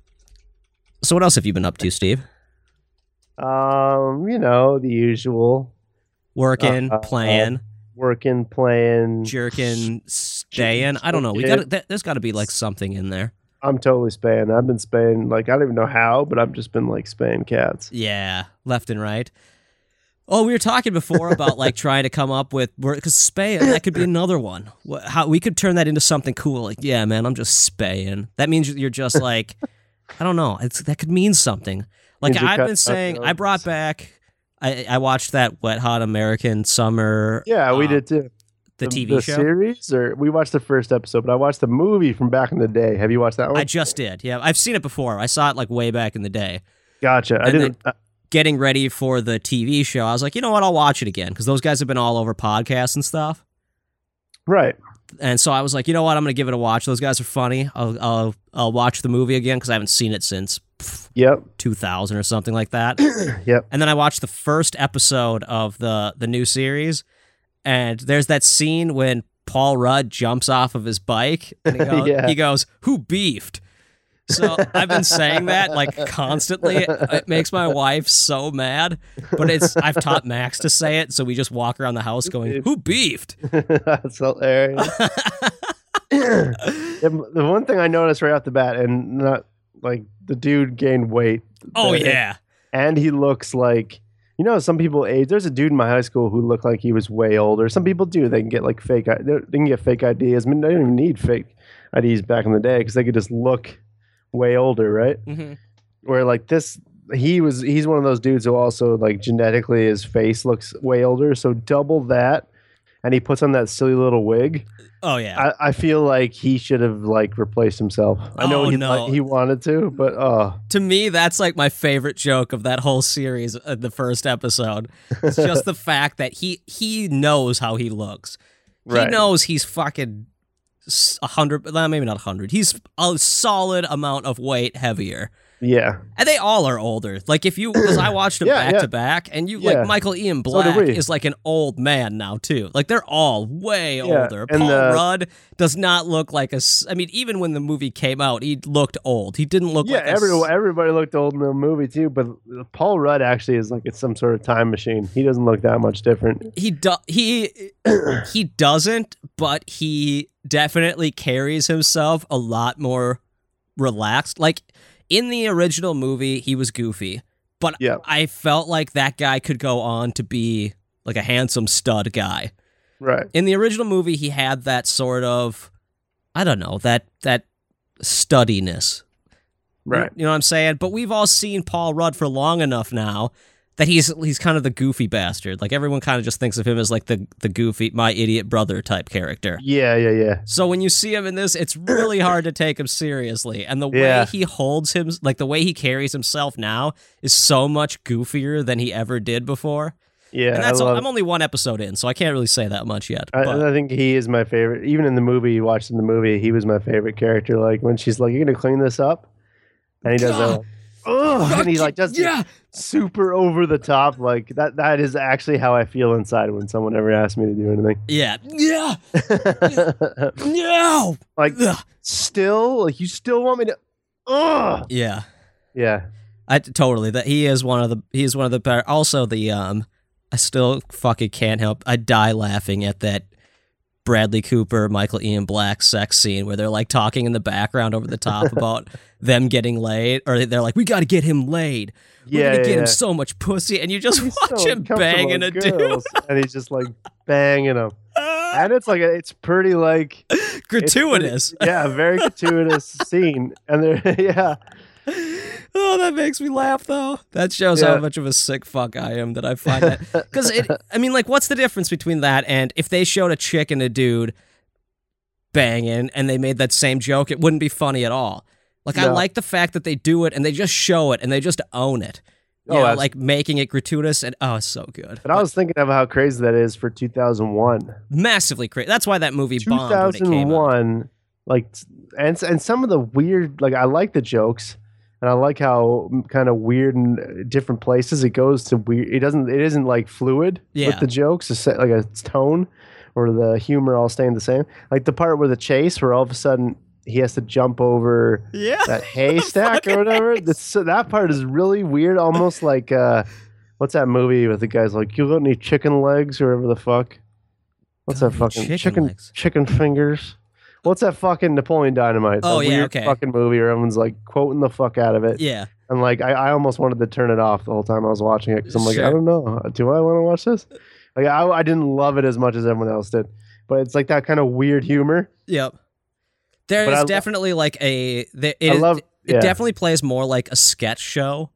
Speaker 4: so what else have you been up to, Steve?
Speaker 2: Um, you know the usual
Speaker 4: Working,
Speaker 2: Uh, um, uh,
Speaker 4: playing,
Speaker 2: working, playing.
Speaker 4: jerking, staying. I don't know. We
Speaker 2: jerking.
Speaker 4: got th- there's got to be like something in there.
Speaker 2: I'm totally spaying. I've been spaying like I don't even know how, but I've just been like spaying cats.
Speaker 4: Yeah, left and right. Oh, we were talking before about like trying to come up with because spaying that could be another one. Wha- How we could turn that into something cool? Like, yeah, man, I'm just spaying. That means you're just like, I don't know. It's that could mean something. Like
Speaker 2: Means you
Speaker 4: I've
Speaker 2: cut
Speaker 4: been
Speaker 2: out
Speaker 4: saying, I
Speaker 2: drugs.
Speaker 4: brought back. I, I watched that Wet Hot American Summer.
Speaker 2: Yeah, we
Speaker 4: uh,
Speaker 2: did too.
Speaker 4: the TV show.
Speaker 2: series, or we watched the first episode, but I watched the movie from back in the day. Have you watched that one?
Speaker 4: I just did. Yeah, I've seen it before. I saw it like way back in the day.
Speaker 2: gotcha. I
Speaker 4: and
Speaker 2: didn't. uh,
Speaker 4: Getting ready for the TV show, I was like, you know what? I'll watch it again because those guys have been all over podcasts and stuff.
Speaker 2: right.
Speaker 4: And so I was like, you know what? I'm gonna give it a watch. Those guys are funny. I'll I'll, I'll watch the movie again because I haven't seen it since pff,
Speaker 2: Yep.
Speaker 4: 2000 or something like that.
Speaker 2: Yep.
Speaker 4: And then I watched the first episode of the the new series, and there's that scene when Paul Rudd jumps off of his bike, and he goes,
Speaker 2: Yeah.
Speaker 4: he goes "Who beefed?" So I've been saying that like constantly. It makes my wife so mad, but it's I've taught Max to say it, so we just walk around the house going, "Who beefed?"
Speaker 2: That's hilarious. the the one thing I noticed right off the bat, and not like the dude gained weight,
Speaker 4: Oh yeah,
Speaker 2: and he looks like You know, some people age. There's a dude in my high school who looked like he was way older. Some people do. They can get like fake. I- They they can get fake IDs. I mean, they didn't even need fake IDs back in the day because they could just look way older, right?
Speaker 4: Mm-hmm.
Speaker 2: Where like this, he was. He's one of those dudes who also like genetically his face looks way older. So double that, and he puts on that silly little wig.
Speaker 4: Oh yeah.
Speaker 2: I, I feel like he should have like replaced himself. I know
Speaker 4: Oh,
Speaker 2: he
Speaker 4: no.
Speaker 2: like, he wanted to, but uh
Speaker 4: to me, that's like my favorite joke of that whole series, uh, the first episode. It's just the fact that he he knows how he looks.
Speaker 2: Right.
Speaker 4: He knows he's fucking s- a hundred, well, maybe not a hundred. He's a solid amount of weight heavier,
Speaker 2: yeah,
Speaker 4: and they all are older. Like if you, because I watched them
Speaker 2: Yeah,
Speaker 4: back
Speaker 2: yeah.
Speaker 4: to back, and you
Speaker 2: Yeah.
Speaker 4: like Michael Ian
Speaker 2: So did
Speaker 4: Black
Speaker 2: we.
Speaker 4: is like an old man now too. Like they're all way
Speaker 2: Yeah,
Speaker 4: older.
Speaker 2: and
Speaker 4: Paul
Speaker 2: uh, the-
Speaker 4: Rudd does not look like a. s- I mean, even when the movie came out, he looked old. He didn't look
Speaker 2: yeah.
Speaker 4: like a s-
Speaker 2: everyone, everybody looked old in the movie too, but Paul Rudd actually is like it's some sort of time machine. He doesn't look that much different.
Speaker 4: he do- he he doesn't, but he definitely carries himself a lot more relaxed. Like in the original movie, he was goofy, but
Speaker 2: Yeah.
Speaker 4: I felt like that guy could go on to be like a handsome stud guy.
Speaker 2: Right.
Speaker 4: In the original movie, he had that sort of I don't know, that that studiness.
Speaker 2: Right.
Speaker 4: You know what I'm saying? But we've all seen Paul Rudd for long enough now that he's he's kind of the goofy bastard. Like everyone kind of just thinks of him as like the the goofy my idiot brother type character.
Speaker 2: Yeah, yeah, yeah.
Speaker 4: So when you see him in this, it's really hard to take him seriously. And the way
Speaker 2: Yeah.
Speaker 4: he holds him, like the way he carries himself now, is so much goofier than he ever did before.
Speaker 2: Yeah.
Speaker 4: and that's
Speaker 2: I
Speaker 4: all,
Speaker 2: love
Speaker 4: I'm only one episode in, so I can't really say that much yet.
Speaker 2: I, uh,
Speaker 4: but-
Speaker 2: and I think he is my favorite. Even in the movie, you watched in the movie, he was my favorite character. Like when she's like, "You're gonna clean this up," and he does that. Ugh, and he like does yeah. super over the top. Like that. That is actually how I feel inside when someone ever asks me to do
Speaker 4: yeah, yeah,
Speaker 2: anything.
Speaker 4: no,
Speaker 2: like
Speaker 4: Ugh.
Speaker 2: still, like you still want me to? Ugh.
Speaker 4: yeah.
Speaker 2: Yeah.
Speaker 4: I totally that he is one of the he is one of the better. Also the um, I still fucking can't help. I die laughing at that Bradley Cooper, Michael Ian Black sex scene where they're like talking in the background over the top about them getting laid, or they're like, "We got to get him laid. We're
Speaker 2: Yeah.
Speaker 4: gonna get
Speaker 2: yeah.
Speaker 4: him so much pussy," and you just
Speaker 2: He's
Speaker 4: watch
Speaker 2: so
Speaker 4: him banging a
Speaker 2: uncomfortable with
Speaker 4: dude.
Speaker 2: girls, and he's just like banging them, and it's like it's pretty like it's pretty-
Speaker 4: Gratuitous.
Speaker 2: yeah, very gratuitous scene, and they're yeah,
Speaker 4: oh, that makes me laugh though. That shows how
Speaker 2: Yeah.
Speaker 4: much of a sick fuck I am that I find that because it. I mean, like, what's the difference between that and if they showed a chick and a dude banging and they made that same joke, it wouldn't be funny at all. Like, I
Speaker 2: No.
Speaker 4: like the fact that they do it and they just show it and they just own it. You
Speaker 2: Oh,
Speaker 4: know,
Speaker 2: abs-
Speaker 4: like making it gratuitous and oh, it's so good.
Speaker 2: But I was thinking of how crazy that is for 2001.
Speaker 4: Massively crazy. That's why that movie bombed when it came out.
Speaker 2: 2001, like, and and some of the weird, like, I like the jokes, and I like how kind of weird and different places it goes to weird. It doesn't. It isn't like fluid
Speaker 4: Yeah.
Speaker 2: with the jokes. It's set- like a tone or the humor all staying the same. Like the part where the chase, where all of a sudden he has to jump over
Speaker 4: Yeah.
Speaker 2: that haystack or whatever. That's, so that part is really weird, almost like uh, what's that movie with the guys like you got any chicken legs or whatever the fuck? What's
Speaker 4: Got
Speaker 2: that
Speaker 4: any
Speaker 2: fucking
Speaker 4: chicken
Speaker 2: chicken
Speaker 4: legs?
Speaker 2: chicken fingers? What's that fucking Napoleon Dynamite?
Speaker 4: Oh,
Speaker 2: that
Speaker 4: yeah,
Speaker 2: weird
Speaker 4: okay.
Speaker 2: fucking movie where everyone's like quoting the fuck out of it,
Speaker 4: Yeah.
Speaker 2: and like I, I almost wanted to turn it off the whole time I was watching it because I'm like
Speaker 4: Sure.
Speaker 2: I don't know, do I want to watch this? Like I, I didn't love it as much as everyone else did, but it's like that kind of weird humor.
Speaker 4: Yep. There
Speaker 2: But
Speaker 4: is
Speaker 2: I lo-
Speaker 4: definitely like a. There, it
Speaker 2: I
Speaker 4: is-
Speaker 2: love.
Speaker 4: it
Speaker 2: yeah.
Speaker 4: definitely plays more like a sketch show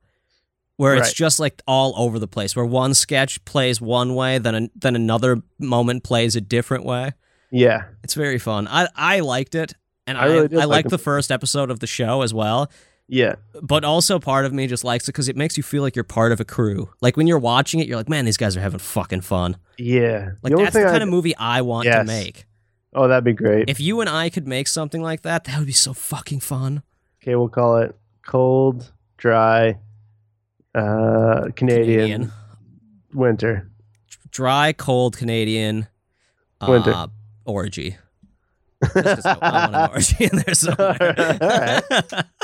Speaker 4: where it's
Speaker 2: Right.
Speaker 4: just like all over the place where one sketch plays one way then an then another moment plays a different way
Speaker 2: yeah.
Speaker 4: it's very fun i i liked it and i
Speaker 2: I really did
Speaker 4: I
Speaker 2: like
Speaker 4: liked
Speaker 2: it.
Speaker 4: the first episode of the show as well
Speaker 2: Yeah.
Speaker 4: but also part of me just likes it because it makes you feel like you're part of a crew like when you're watching it you're like man these guys are having fucking fun
Speaker 2: Yeah.
Speaker 4: like that's the
Speaker 2: I-
Speaker 4: kind of movie i want to
Speaker 2: Yes.
Speaker 4: make
Speaker 2: Oh, that'd be great.
Speaker 4: if you and i could make something like that that would be so fucking fun
Speaker 2: okay, we'll call it cold, dry, uh, Canadian,
Speaker 4: Canadian.
Speaker 2: winter.
Speaker 4: dry, cold Canadian uh,
Speaker 2: Winter.
Speaker 4: orgy. Just 'cause I, I want an orgy in there somewhere.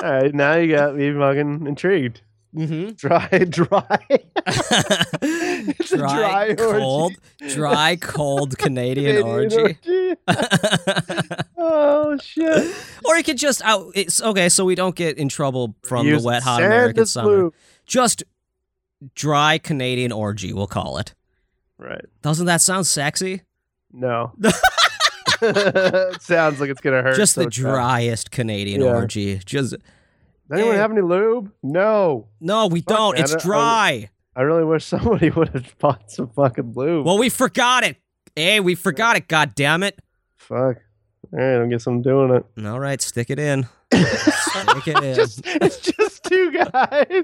Speaker 2: All right, now you got me fucking intrigued.
Speaker 4: mm-hmm.
Speaker 2: Dry, dry. It's a dry orgy.
Speaker 4: cold, dry, cold Canadian,
Speaker 2: Canadian
Speaker 4: orgy.
Speaker 2: orgy. Oh shit!
Speaker 4: or it could just oh, out. It's okay, so we don't get in trouble from
Speaker 2: Use
Speaker 4: the wet hot
Speaker 2: sand
Speaker 4: American
Speaker 2: as
Speaker 4: summer.
Speaker 2: glue.
Speaker 4: Just dry Canadian orgy, we'll call it.
Speaker 2: Right.
Speaker 4: Doesn't that sound sexy?
Speaker 2: No. It Sounds like it's gonna hurt.
Speaker 4: Just the
Speaker 2: so bad.
Speaker 4: driest Canadian
Speaker 2: Yeah.
Speaker 4: orgy. Just
Speaker 2: Does anyone have any lube? No.
Speaker 4: no, we don't.
Speaker 2: man,
Speaker 4: It's
Speaker 2: I don't-
Speaker 4: dry.
Speaker 2: I really wish somebody would have bought some fucking lube.
Speaker 4: Well, we forgot it. Hey, we forgot it. God damn it!
Speaker 2: Fuck. All right, I guess I'm doing it.
Speaker 4: All right, stick it in. stick it in.
Speaker 2: Just, it's just two guys.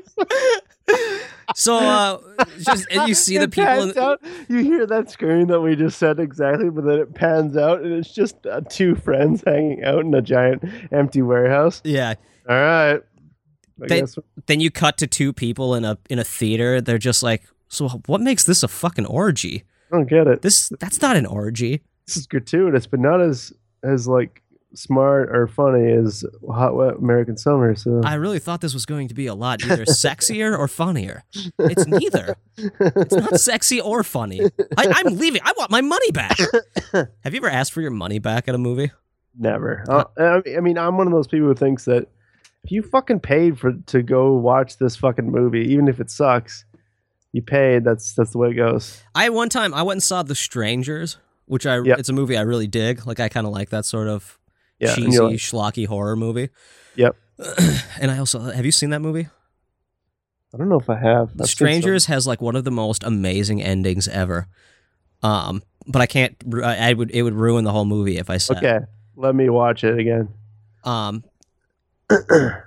Speaker 4: so, uh, just and you see the
Speaker 2: It
Speaker 4: people. In
Speaker 2: pans out. You hear that scream that we just said exactly, but then it pans out and it's just uh, two friends hanging out in a giant empty warehouse.
Speaker 4: yeah.
Speaker 2: All right. I
Speaker 4: They-
Speaker 2: guess
Speaker 4: Then you cut to two people in a in a theater. They're just like, so what makes this a fucking orgy?
Speaker 2: I don't get it.
Speaker 4: This that's not an orgy.
Speaker 2: This is gratuitous, but not as as like smart or funny as Hot Wet American Summer. So
Speaker 4: I really thought this was going to be a lot either sexier or funnier. It's neither. It's not sexy or funny. I, I'm leaving. I want my money back. Have you ever asked for your money back at a movie?
Speaker 2: Never. Uh, I I mean, I'm one of those people who thinks that if you fucking paid for to go watch this fucking movie, even if it sucks, you paid. That's that's the way it goes.
Speaker 4: I one time I went and saw The Strangers, which I
Speaker 2: Yep.
Speaker 4: it's a movie I really dig. Like I kind of like that sort of
Speaker 2: Yeah. and
Speaker 4: cheesy,
Speaker 2: you're like,
Speaker 4: schlocky horror movie.
Speaker 2: Yep.
Speaker 4: and I also have you seen that movie?
Speaker 2: I don't know if I have. I've seen
Speaker 4: The Strangers has like one of the most amazing endings ever. Um, but I can't. ru- I I would it would ruin the whole movie if I
Speaker 2: some.
Speaker 4: said.
Speaker 2: Okay, let me watch it again.
Speaker 4: Um,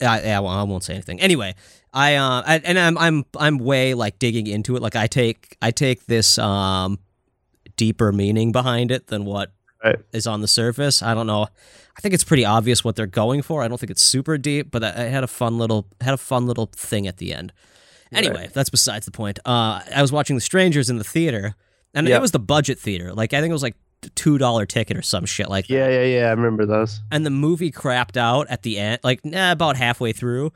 Speaker 4: I, yeah, well, I won't say anything. Anyway, I, uh, I and I'm I'm I'm way like digging into it. Like I take I take this um deeper meaning behind it than what is
Speaker 2: Right.
Speaker 4: on the surface. I don't know. I think it's pretty obvious what they're going for. I don't think it's super deep, but I, I had a fun little had a fun little thing at the end. Anyway, that's besides the point. Uh, I was watching The Strangers in the theater, and
Speaker 2: Yep.
Speaker 4: it was the budget theater. Like I think it was like two dollar ticket or some shit like that
Speaker 2: Yeah, yeah, yeah. I remember those.
Speaker 4: and the movie crapped out at the end, like nah, about halfway through.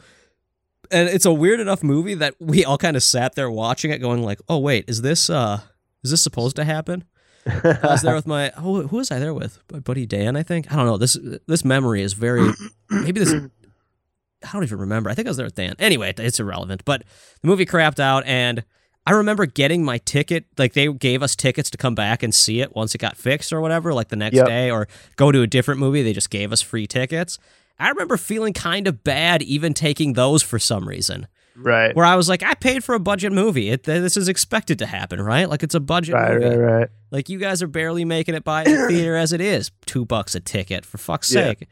Speaker 4: And it's a weird enough movie that we all kind of sat there watching it, going like, "Oh wait, is this uh, is this supposed to happen?" I was there with my oh, who was I there with? My buddy Dan, I think. I don't know. This this memory is very maybe this. I don't even remember. I think I was there with Dan. Anyway, it's irrelevant. But the movie crapped out, and I remember getting my ticket. Like they gave us tickets to come back and see it once it got fixed or whatever, like the next
Speaker 2: Yep.
Speaker 4: day, or go to a different movie. They just gave us free tickets. I remember feeling kind of bad even taking those for some reason,
Speaker 2: Right.
Speaker 4: where I was like, I paid for a budget movie. It, this is expected to happen, right? Like it's a budget
Speaker 2: Right,
Speaker 4: movie.
Speaker 2: right, right.
Speaker 4: Like you guys are barely making it by the theater as it is. Two bucks a ticket, for fuck's
Speaker 2: Yeah.
Speaker 4: sake.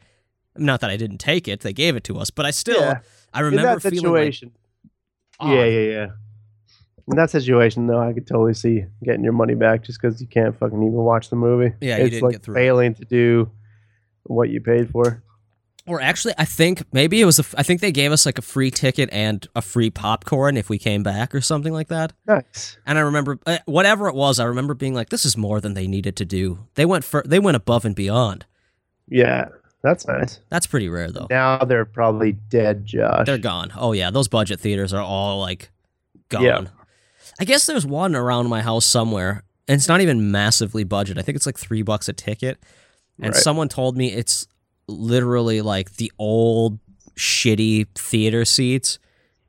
Speaker 4: Not that I didn't take it; they gave it to us. But I still,
Speaker 2: Yeah.
Speaker 4: I
Speaker 2: In
Speaker 4: remember
Speaker 2: that
Speaker 4: feeling like,
Speaker 2: situation.
Speaker 4: odd.
Speaker 2: yeah, yeah, yeah. In that situation, though, I could totally see getting your money back just because you can't fucking even watch the movie.
Speaker 4: Yeah, you
Speaker 2: it's
Speaker 4: didn't
Speaker 2: like
Speaker 4: get through it.
Speaker 2: failing to do what you paid for.
Speaker 4: or actually, I think maybe it was. A, I think they gave us like a free ticket and a free popcorn if we came back or something like that.
Speaker 2: Nice.
Speaker 4: And I remember uh, whatever it was, I remember being like, "This is more than they needed to do. They went for, they went above and beyond.
Speaker 2: Yeah, that's nice.
Speaker 4: That's pretty rare, though.
Speaker 2: Now they're probably dead, Josh.
Speaker 4: Oh. They're gone. Oh yeah, those budget theaters are all like gone.
Speaker 2: Yeah.
Speaker 4: I guess there's one around my house somewhere, and it's not even massively budget. I think it's like three bucks a ticket. And
Speaker 2: Right.
Speaker 4: someone told me it's literally like the old shitty theater seats.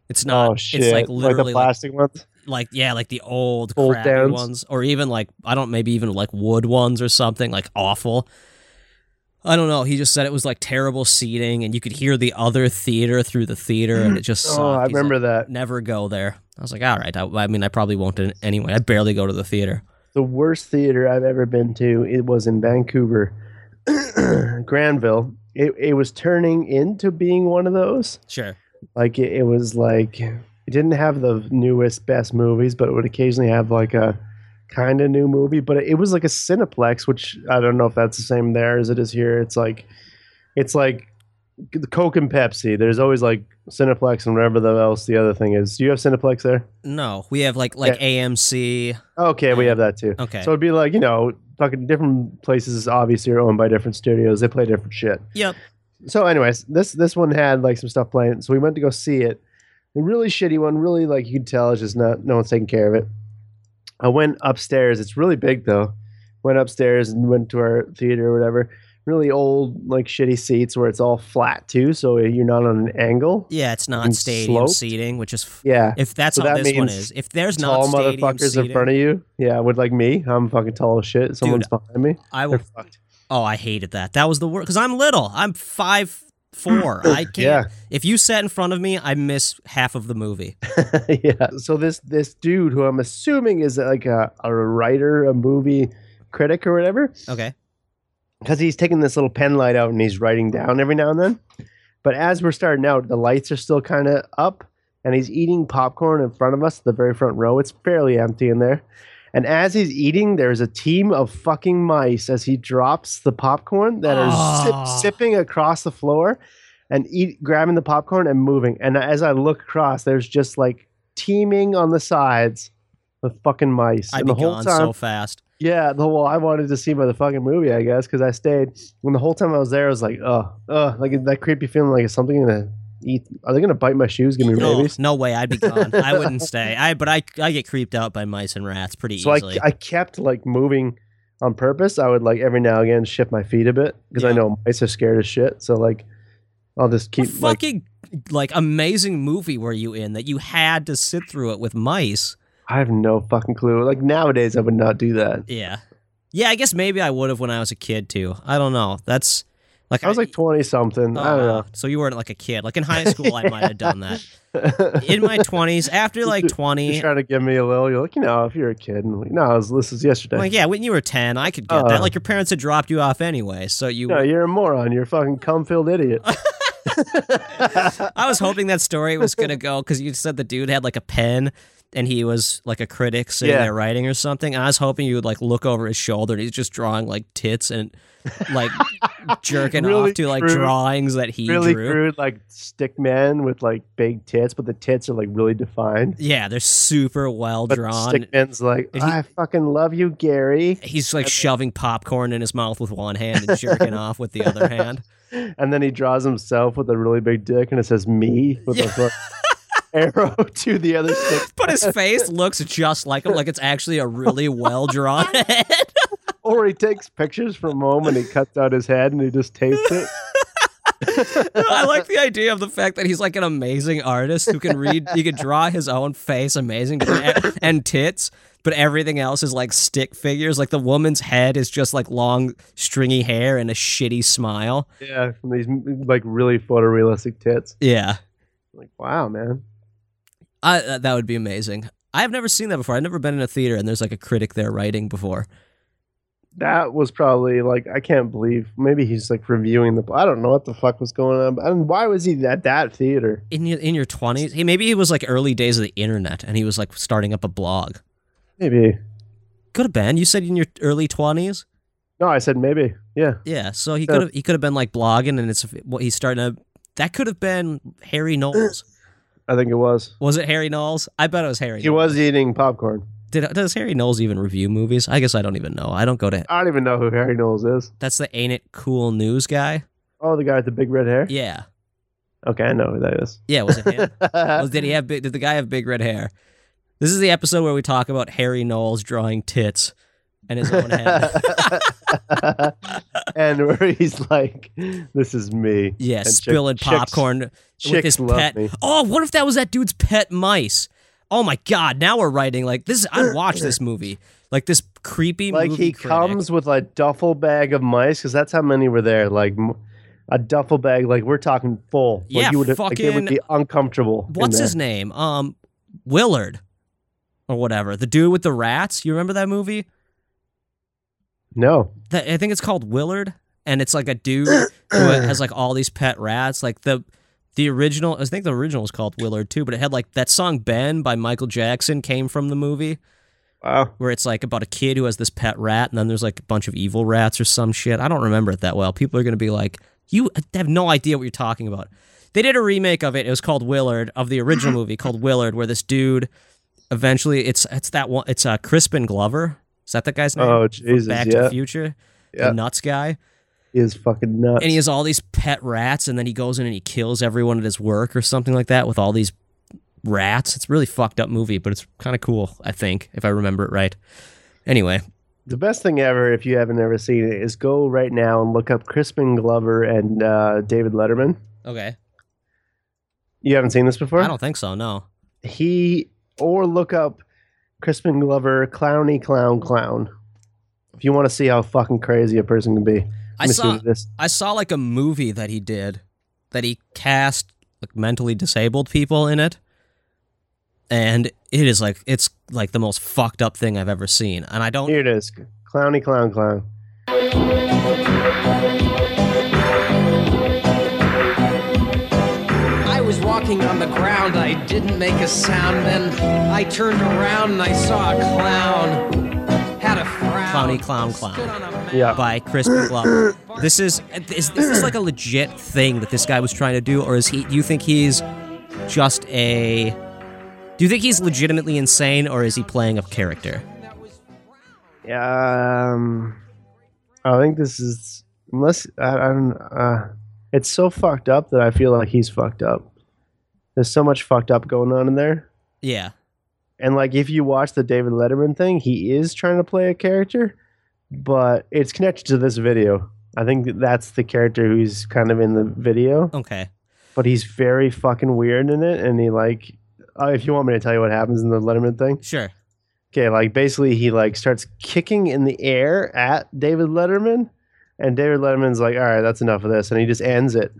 Speaker 4: It's not.
Speaker 2: oh shit!
Speaker 4: It's like literally
Speaker 2: the
Speaker 4: like,
Speaker 2: plastic ones.
Speaker 4: like, yeah, like the old
Speaker 2: Old
Speaker 4: crappy
Speaker 2: downs.
Speaker 4: ones, or even like I don't maybe even like wood ones or something like awful. I don't know. He just said it was like terrible seating, and you could hear the other theater through the theater, and it just. Sucked.
Speaker 2: Oh, I
Speaker 4: He's like,
Speaker 2: remember that.
Speaker 4: never go there. I was like, all right. I, I mean, I probably won't in- anyway. I barely go to the theater.
Speaker 2: The worst theater I've ever been to. It was in Vancouver, Granville. It it was turning into being one of those.
Speaker 4: Sure.
Speaker 2: Like it, it was like it didn't have the newest best movies, but it would occasionally have like a kind of new movie. But it was like a cineplex, which I don't know if that's the same there as it is here. It's like it's like the Coke and Pepsi. There's always like cineplex and whatever the else the other thing is. Do you have cineplex there?
Speaker 4: No, we have like like AMC.
Speaker 2: Okay, we have that too.
Speaker 4: Okay.
Speaker 2: So it'd be like, you know, fucking different places obviously are owned by different studios. They play different shit.
Speaker 4: Yep.
Speaker 2: So anyways, this this one had like some stuff playing. So we went to go see it. A really shitty one, really like you can tell it's just not no one's taking care of it. I went upstairs. It's really big though. Went upstairs and went to our theater or whatever. really old, like shitty seats where it's all flat too, so you're not on an angle.
Speaker 4: Yeah, it's not
Speaker 2: And
Speaker 4: stadium
Speaker 2: sloped?
Speaker 4: seating, which is f-
Speaker 2: Yeah.
Speaker 4: if that's
Speaker 2: So
Speaker 4: how
Speaker 2: that
Speaker 4: this one
Speaker 2: means
Speaker 4: is. If there's not
Speaker 2: tall
Speaker 4: stadium
Speaker 2: motherfuckers
Speaker 4: seating,
Speaker 2: in front of you. Yeah, with like me, I'm fucking tall as shit. Someone's behind me.
Speaker 4: I
Speaker 2: They're
Speaker 4: will.
Speaker 2: fucked.
Speaker 4: Oh, I hated that. That was the worst because I'm little. I'm five four. I can't.
Speaker 2: Yeah.
Speaker 4: If you sat in front of me, I miss half of the movie.
Speaker 2: yeah. So this this dude who I'm assuming is like a, a writer, a movie critic or whatever,
Speaker 4: Okay.
Speaker 2: because he's taking this little pen light out and he's writing down every now and then. But as we're starting out, the lights are still kind of up, and he's eating popcorn in front of us, the very front row. It's fairly empty in there. And as he's eating, there's a team of fucking mice as he drops the popcorn that are
Speaker 4: Ah.
Speaker 2: sip, sipping across the floor and eat, grabbing the popcorn and moving. And as I look across, there's just like teeming on the sides with fucking mice.
Speaker 4: I'd
Speaker 2: and
Speaker 4: be
Speaker 2: the whole
Speaker 4: gone
Speaker 2: time,
Speaker 4: so fast.
Speaker 2: yeah, the- well, I wanted to see by the fucking movie, I guess, because I stayed. When the whole time I was there, I was like, oh, oh, like that creepy feeling, like is something gonna eat? Are they gonna bite my shoes? Give me
Speaker 4: No,
Speaker 2: rabies?
Speaker 4: no way. I'd be gone. I wouldn't stay. I but I I get creeped out by mice and rats pretty
Speaker 2: So I,
Speaker 4: easily.
Speaker 2: I kept like moving on purpose. I would like every now and again shift my feet a bit because I
Speaker 4: Yeah.
Speaker 2: know mice are scared as shit. So like, I'll just
Speaker 4: What
Speaker 2: keep like,
Speaker 4: fucking like amazing movie were you in that you had to sit through it with mice?
Speaker 2: I have no fucking clue. Like nowadays, I would not do that.
Speaker 4: Yeah. Yeah, I guess maybe I would have when I was a kid too. I don't know. That's like
Speaker 2: I was like twenty something. I don't know.
Speaker 4: Oh, So you weren't like a kid. Like in high school, I might have done that. In my twenties, after like
Speaker 2: You're
Speaker 4: twenty,
Speaker 2: trying to give me a little. You're like, you know, if you're a kid, and I'm like, no, I was, this is yesterday.
Speaker 4: I'm like yeah, when you were ten, I could get
Speaker 2: Uh.
Speaker 4: that. Like your parents had dropped you off anyway, so you.
Speaker 2: No, you're a moron. You're a fucking cum-filled idiot.
Speaker 4: I was hoping that story was gonna go because you said the dude had like a pen and he was like a critic sitting
Speaker 2: Yeah.
Speaker 4: there writing or something. And I was hoping you would like look over his shoulder and he's just drawing like tits and like jerking
Speaker 2: Really
Speaker 4: off to like
Speaker 2: crude.
Speaker 4: drawings that he
Speaker 2: really
Speaker 4: drew.
Speaker 2: crude, like stick man with like big tits, but the tits are like really defined.
Speaker 4: Yeah, they're super well
Speaker 2: But
Speaker 4: drawn.
Speaker 2: stick man's like,
Speaker 4: Did he-
Speaker 2: I fucking love you, Gary.
Speaker 4: He's like shoving popcorn in his mouth with one hand and jerking off with the other hand.
Speaker 2: And then he draws himself with a really big dick, and it says me with a fuck- arrow to the other stick,
Speaker 4: But his face looks just like him, like it's actually a really well drawn head.
Speaker 2: or he takes pictures from home and he cuts out his head and he just tapes it.
Speaker 4: I like the idea of the fact that he's like an amazing artist who can read, he can draw his own face amazing and, and tits, but everything else is like stick figures. Like the woman's head is just like long, stringy hair and a shitty smile.
Speaker 2: Yeah, and these like really photorealistic tits.
Speaker 4: Yeah.
Speaker 2: Like, wow, man.
Speaker 4: I, uh, that would be amazing. I've never seen that before. I've never been in a theater and there's like a critic there writing before.
Speaker 2: that was probably like I can't believe maybe he's like reviewing the I don't know what the fuck was going on and why was he at that theater
Speaker 4: in your in your twenties. He maybe it was like early days of the internet, and he was like starting up a blog.
Speaker 2: maybe
Speaker 4: Could have been. You said in your early twenties.
Speaker 2: no I said maybe yeah
Speaker 4: Yeah, so he
Speaker 2: Yeah.
Speaker 4: could have he could have been like blogging, and it's what he's starting to. That could have been Harry Knowles.
Speaker 2: I think it was
Speaker 4: Was it Harry Knowles? I bet it was Harry.
Speaker 2: he was eating popcorn
Speaker 4: Did, does Harry Knowles even review movies? I guess I don't even know. I don't go to.
Speaker 2: I don't even know who Harry Knowles is
Speaker 4: That's the ain't it cool news guy.
Speaker 2: oh the guy with the big red hair
Speaker 4: Yeah,
Speaker 2: okay I know who that is
Speaker 4: yeah. Was it him? Was- did he have big? Did the guy have big red hair? This is the episode where we talk about Harry Knowles drawing tits and his own head.
Speaker 2: and where he's like this is me
Speaker 4: Yeah,
Speaker 2: And chick-
Speaker 4: spilling
Speaker 2: chicks-
Speaker 4: popcorn with
Speaker 2: chicks
Speaker 4: his
Speaker 2: love
Speaker 4: pet.
Speaker 2: me.
Speaker 4: Oh, what if that was that dude's pet mice? Oh my god! Now we're writing like this. I watched this movie, like this creepy
Speaker 2: like
Speaker 4: movie
Speaker 2: he
Speaker 4: critic.
Speaker 2: comes with a duffel bag of mice because that's how many were there like m- a duffel bag like we're talking full like
Speaker 4: Yeah,
Speaker 2: you would like, it
Speaker 4: fucking-
Speaker 2: would be uncomfortable in
Speaker 4: What's
Speaker 2: there.
Speaker 4: his name? Um, Willard, or whatever. The dude with the rats. You remember that movie?
Speaker 2: no
Speaker 4: That, I think it's called Willard, and it's like a dude who has like all these pet rats. Like the the original, I think the original was called Willard too, but it had like that song "Ben" by Michael Jackson came from the movie.
Speaker 2: wow
Speaker 4: where it's like about a kid who has this pet rat, and then there's like a bunch of evil rats or some shit. I don't remember it that well. People are gonna be like, "You have no idea what you're talking about." They did a remake of it. It was called Willard of the original movie called Willard, where this dude eventually it's it's that one it's uh, Crispin Glover. Is that the guy's name?
Speaker 2: oh
Speaker 4: From
Speaker 2: jesus
Speaker 4: Back to
Speaker 2: yeah
Speaker 4: the Future,
Speaker 2: Yeah.
Speaker 4: the nuts guy,
Speaker 2: he is fucking nuts
Speaker 4: and he has all these pet rats, and then he goes in and he kills everyone at his work or something like that with all these rats. It's a really fucked up movie, but it's kind of cool. I think if I remember it right. Anyway,
Speaker 2: The best thing ever, if you haven't ever seen it, is go right now and look up Crispin Glover and uh, David Letterman.
Speaker 4: Okay.
Speaker 2: You haven't seen this before?
Speaker 4: I don't think so. No.
Speaker 2: He or look up Crispin Glover Clowny Clown Clown. If you want to see how fucking crazy a person can be,
Speaker 4: I
Speaker 2: Let me see
Speaker 4: saw-
Speaker 2: what this.
Speaker 4: I saw like a movie that he did that he cast like mentally disabled people in it. And it is like it's like the most fucked up thing I've ever seen. And I don't
Speaker 2: Here it is, Clowny Clown Clown.
Speaker 3: I was walking on the ground, I didn't make a sound. Then I turned around and I saw a clown. Had a frown.
Speaker 4: Clowny clown clown.
Speaker 3: Stood on a mound.
Speaker 2: Yeah.
Speaker 4: by Crispin Glover. This is is this is like a legit thing that this guy was trying to do, or is he? Do you think he's just a? Do you think he's legitimately insane, or is he playing a character?
Speaker 2: Um, I think this is unless I, I don't. Uh, it's so fucked up that I feel like he's fucked up. There's so much fucked up going on in there.
Speaker 4: Yeah,
Speaker 2: And like, if you watch the David Letterman thing, he is trying to play a character, but it's connected to this video. I think that that's the character who's kind of in the video,
Speaker 4: okay.
Speaker 2: but he's very fucking weird in it. And he like, uh, if you want me to tell you what happens in the Letterman thing,
Speaker 4: Sure.
Speaker 2: Okay, like basically he like starts kicking in the air at David Letterman, and David Letterman's like, "All right, that's enough of this," and he just ends it.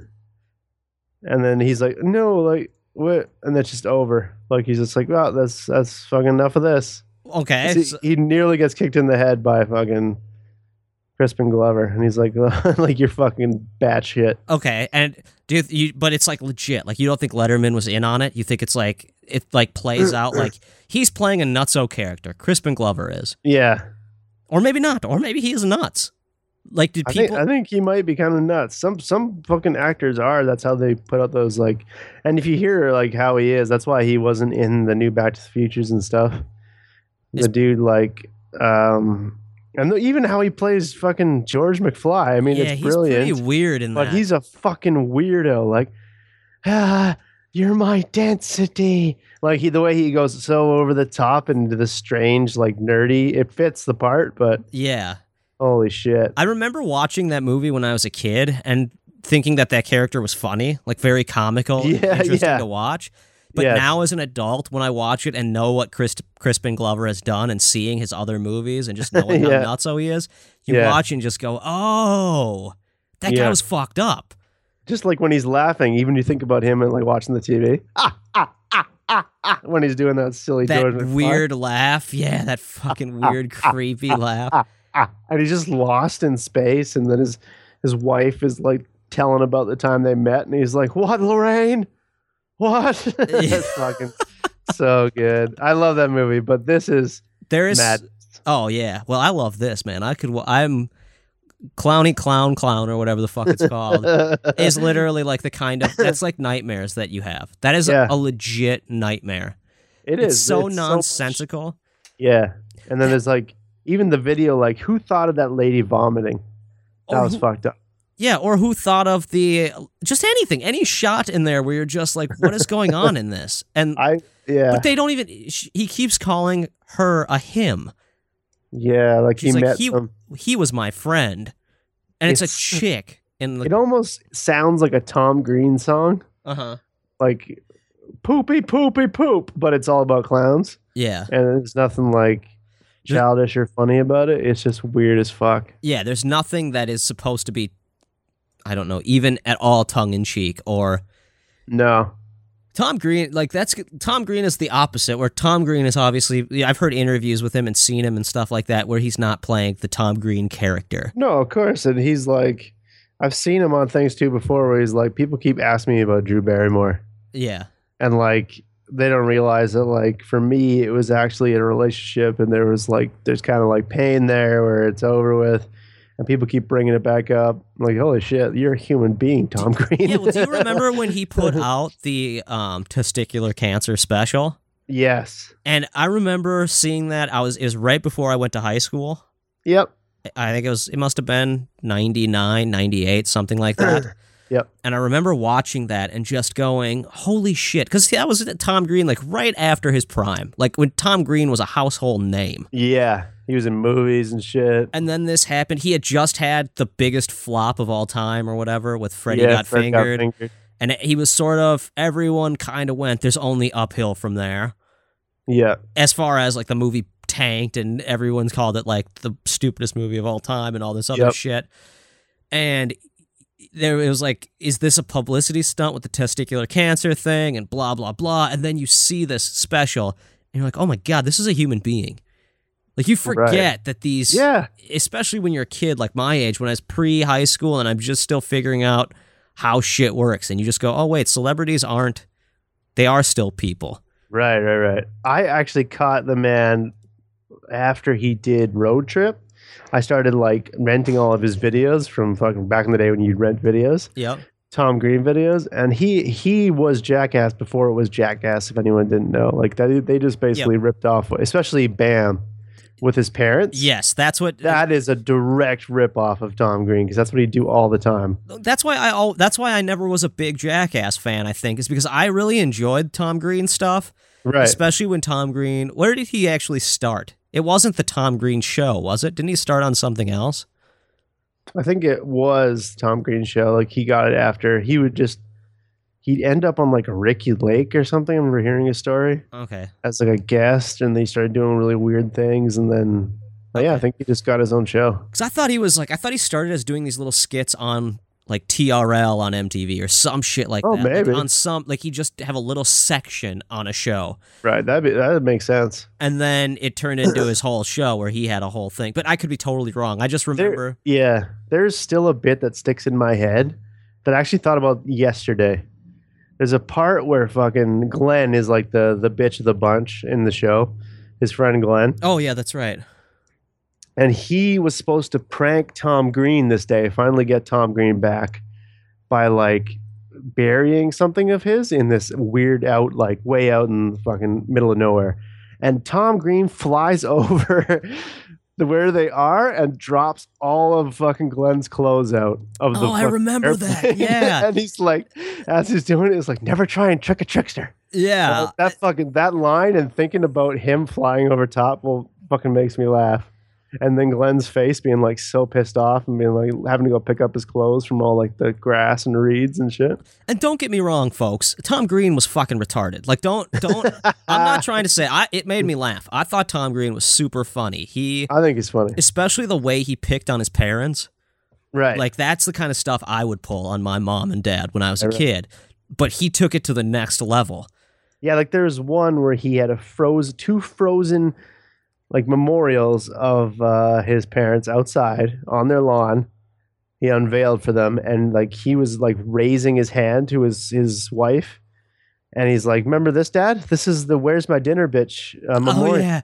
Speaker 2: And then he's like, "No, like what?" And that's just over. Like he's just like, "Well, that's that's fucking enough of this."
Speaker 4: Okay.
Speaker 2: See,
Speaker 4: so-
Speaker 2: he nearly gets kicked in the head by fucking Crispin Glover, and he's like, "Like you're fucking batshit."
Speaker 4: okay. And do you, you? But it's like legit. Like you don't think Letterman was in on it. You think it's like it like plays out like he's playing a nutso character. Crispin Glover is,
Speaker 2: Yeah,
Speaker 4: or maybe not, or maybe he is nuts. Like did
Speaker 2: I
Speaker 4: people?
Speaker 2: think I think he might be kind of nuts. Some some fucking actors are. That's how they put out those like. And if you hear like how he is, that's why he wasn't in the new Back to the Futures and stuff. The
Speaker 4: Is-
Speaker 2: dude like, um, and even how he plays fucking George McFly. I mean,
Speaker 4: yeah,
Speaker 2: it's
Speaker 4: he's
Speaker 2: brilliant,
Speaker 4: pretty weird in
Speaker 2: but
Speaker 4: that.
Speaker 2: he's a fucking weirdo. Like, ah, you're my density. Like he, the way he goes so over the top and into the strange, like nerdy. It fits the part, but
Speaker 4: yeah.
Speaker 2: holy shit.
Speaker 4: I remember watching that movie when I was a kid and thinking that that character was funny, like very comical, and
Speaker 2: Yeah,
Speaker 4: interesting
Speaker 2: yeah.
Speaker 4: to watch. But
Speaker 2: Yes.
Speaker 4: now, as an adult, when I watch it and know what Chris, Crispin Glover has done and seeing his other movies and just knowing
Speaker 2: Yeah.
Speaker 4: how nutso he is, you
Speaker 2: Yeah.
Speaker 4: watch and just go, "Oh, that guy
Speaker 2: Yeah.
Speaker 4: was fucked up."
Speaker 2: just like when he's laughing, even you think about him and like watching the TV. Ah, ah, ah, ah, ah, when he's doing that silly George
Speaker 4: That
Speaker 2: McFly.
Speaker 4: weird laugh, yeah, that fucking weird, creepy laugh.
Speaker 2: Ah, and he's just lost in space. And then his his wife is like telling about the time they met, and he's like, "What, Lorraine? What?" It's fucking so good. I love that movie, but this is
Speaker 4: There is
Speaker 2: mad.
Speaker 4: Oh yeah. Well, I love this man. I could. wa- I'm clowny clown clown or whatever the fuck it's called is literally like the kind of that's like nightmares that you have. That is a-
Speaker 2: Yeah.
Speaker 4: a, legit nightmare.
Speaker 2: It
Speaker 4: it's
Speaker 2: is
Speaker 4: so
Speaker 2: It's much-
Speaker 4: nonsensical.
Speaker 2: yeah, and then there's like even the video, like who thought of that lady vomiting? That
Speaker 4: Or
Speaker 2: was
Speaker 4: Oh, who-
Speaker 2: fucked up.
Speaker 4: yeah, or who thought of the just anything, any shot in there where you're just like, what is going on in this? And
Speaker 2: I yeah.
Speaker 4: but they don't even. sh- He keeps calling her a him.
Speaker 2: Yeah, like
Speaker 4: She's
Speaker 2: he
Speaker 4: like,
Speaker 2: met
Speaker 4: he-
Speaker 2: some-
Speaker 4: He was my friend, and it's,
Speaker 2: It's-
Speaker 4: a chick. And
Speaker 2: It
Speaker 4: the
Speaker 2: almost sounds like a Tom Green song,
Speaker 4: uh huh.
Speaker 2: like poopy poopy poop, but it's all about clowns,
Speaker 4: Yeah,
Speaker 2: and there's nothing like
Speaker 4: Just-
Speaker 2: childish or funny about it. It's just weird as fuck.
Speaker 4: yeah. There's nothing that is supposed to be, I don't know, even at all tongue in cheek or
Speaker 2: No,
Speaker 4: Tom Green, like that's Tom Green is the opposite. Where Tom Green is obviously, yeah, I've heard interviews with him and seen him and stuff like that, where he's not playing the Tom Green character.
Speaker 2: no, of course. And he's like, I've seen him on things too before, where he's like, people keep asking me about Drew Barrymore,
Speaker 4: Yeah,
Speaker 2: and like they don't realize that like for me it was actually a relationship and there was like there's kind of like pain there where it's over with and people keep bringing it back up I'm like holy shit you're a human being tom green
Speaker 4: yeah. Well, do you remember when he put out the um, testicular cancer special?
Speaker 2: yes
Speaker 4: And I remember seeing that. I was it was right before I went to high school.
Speaker 2: yep
Speaker 4: I think it was it must have been 99, 98, something like that.
Speaker 2: Yep.
Speaker 4: And I remember watching that and just going, holy shit. Because that was Tom Green, like right after his prime, like when Tom Green was a household name.
Speaker 2: Yeah. He was in movies and shit.
Speaker 4: And then this happened. He had just had the biggest flop of all time or whatever with Freddy
Speaker 2: yeah,
Speaker 4: Got
Speaker 2: Fred got
Speaker 4: Fingered. and he was sort of, everyone kind of went, there's only uphill from there.
Speaker 2: Yeah.
Speaker 4: As far as like the movie tanked and everyone's called it like the stupidest movie of all time and all this other
Speaker 2: Yep.
Speaker 4: shit. And there it was like, is this a publicity stunt with the testicular cancer thing and blah, blah, blah. And then you see this special and you're like, oh my God, this is a human being. Like you
Speaker 2: Right.
Speaker 4: forget that these
Speaker 2: Yeah.
Speaker 4: especially when you're a kid like my age, when I was pre high school and I'm just still figuring out how shit works, and you just go, oh, wait, celebrities aren't, they are still people.
Speaker 2: Right, right, right. I actually caught the man after he did Road Trip. I started like renting all of his videos from fucking back in the day when you'd rent videos,
Speaker 4: Yep.
Speaker 2: Tom Green videos, and he he was Jackass before it was Jackass. If anyone didn't know, like they they just basically ripped off, especially Bam with his parents.
Speaker 4: Yes, that's what.
Speaker 2: that is a direct rip off of Tom Green because that's what he'd do all the time.
Speaker 4: that's why I al- that's why I never was a big Jackass fan. I think is because I really enjoyed Tom Green stuff,
Speaker 2: Right.
Speaker 4: especially when Tom Green. Where did he actually start? It wasn't the Tom Green show, was it? Didn't he start on something else?
Speaker 2: I think it was Tom Green show. Like he got it after he would just he'd end up on like a Ricky Lake or something. I remember hearing his story
Speaker 4: Okay,
Speaker 2: as like a guest, and they started doing really weird things, and then oh, yeah, I think he just got his own show.
Speaker 4: because I thought he was like I thought he started as doing these little skits on like TRL on MTV or some shit like
Speaker 2: Oh,
Speaker 4: that. Like,
Speaker 2: maybe.
Speaker 4: on some like he just have a little section on a show,
Speaker 2: Right. That be that makes sense.
Speaker 4: and then it turned into his whole show where he had a whole thing. But I could be totally wrong. I just remember.
Speaker 2: Yeah, there's still a bit that sticks in my head that I actually thought about yesterday. There's a part where fucking Glenn is like the the bitch of the bunch in the show, his friend Glenn.
Speaker 4: Oh yeah, that's right.
Speaker 2: and he was supposed to prank Tom Green this day, finally get Tom Green back by like burying something of his in this weird out, like way out in the fucking middle of nowhere. And Tom Green flies over the where they are and drops all of fucking Glenn's clothes out of the
Speaker 4: Oh, I
Speaker 2: fucking
Speaker 4: remember that.
Speaker 2: airplane.
Speaker 4: Yeah.
Speaker 2: and he's like, as he's doing it, it's like, never try and trick a trickster.
Speaker 4: Yeah,
Speaker 2: that fucking that line and thinking about him flying over top will fucking makes me laugh. And then Glenn's face being like so pissed off and being like having to go pick up his clothes from all like the grass and reeds and shit.
Speaker 4: and don't get me wrong, folks. Tom Green was fucking retarded. Like, don't, don't. I'm not trying to say. I it made me laugh. I thought Tom Green was super funny. He,
Speaker 2: I think it's funny.
Speaker 4: especially the way he picked on his parents.
Speaker 2: Right.
Speaker 4: Like that's the kind of stuff I would pull on my mom and dad when I was a kid. But he took it to the next level.
Speaker 2: yeah, like there was one where he had a frozen two frozen like memorials of uh his parents outside on their lawn. He unveiled for them and like he was like raising his hand to his his wife. And he's like, "Remember this, Dad? This is the where's my dinner, bitch uh, memorial."
Speaker 4: Oh yeah.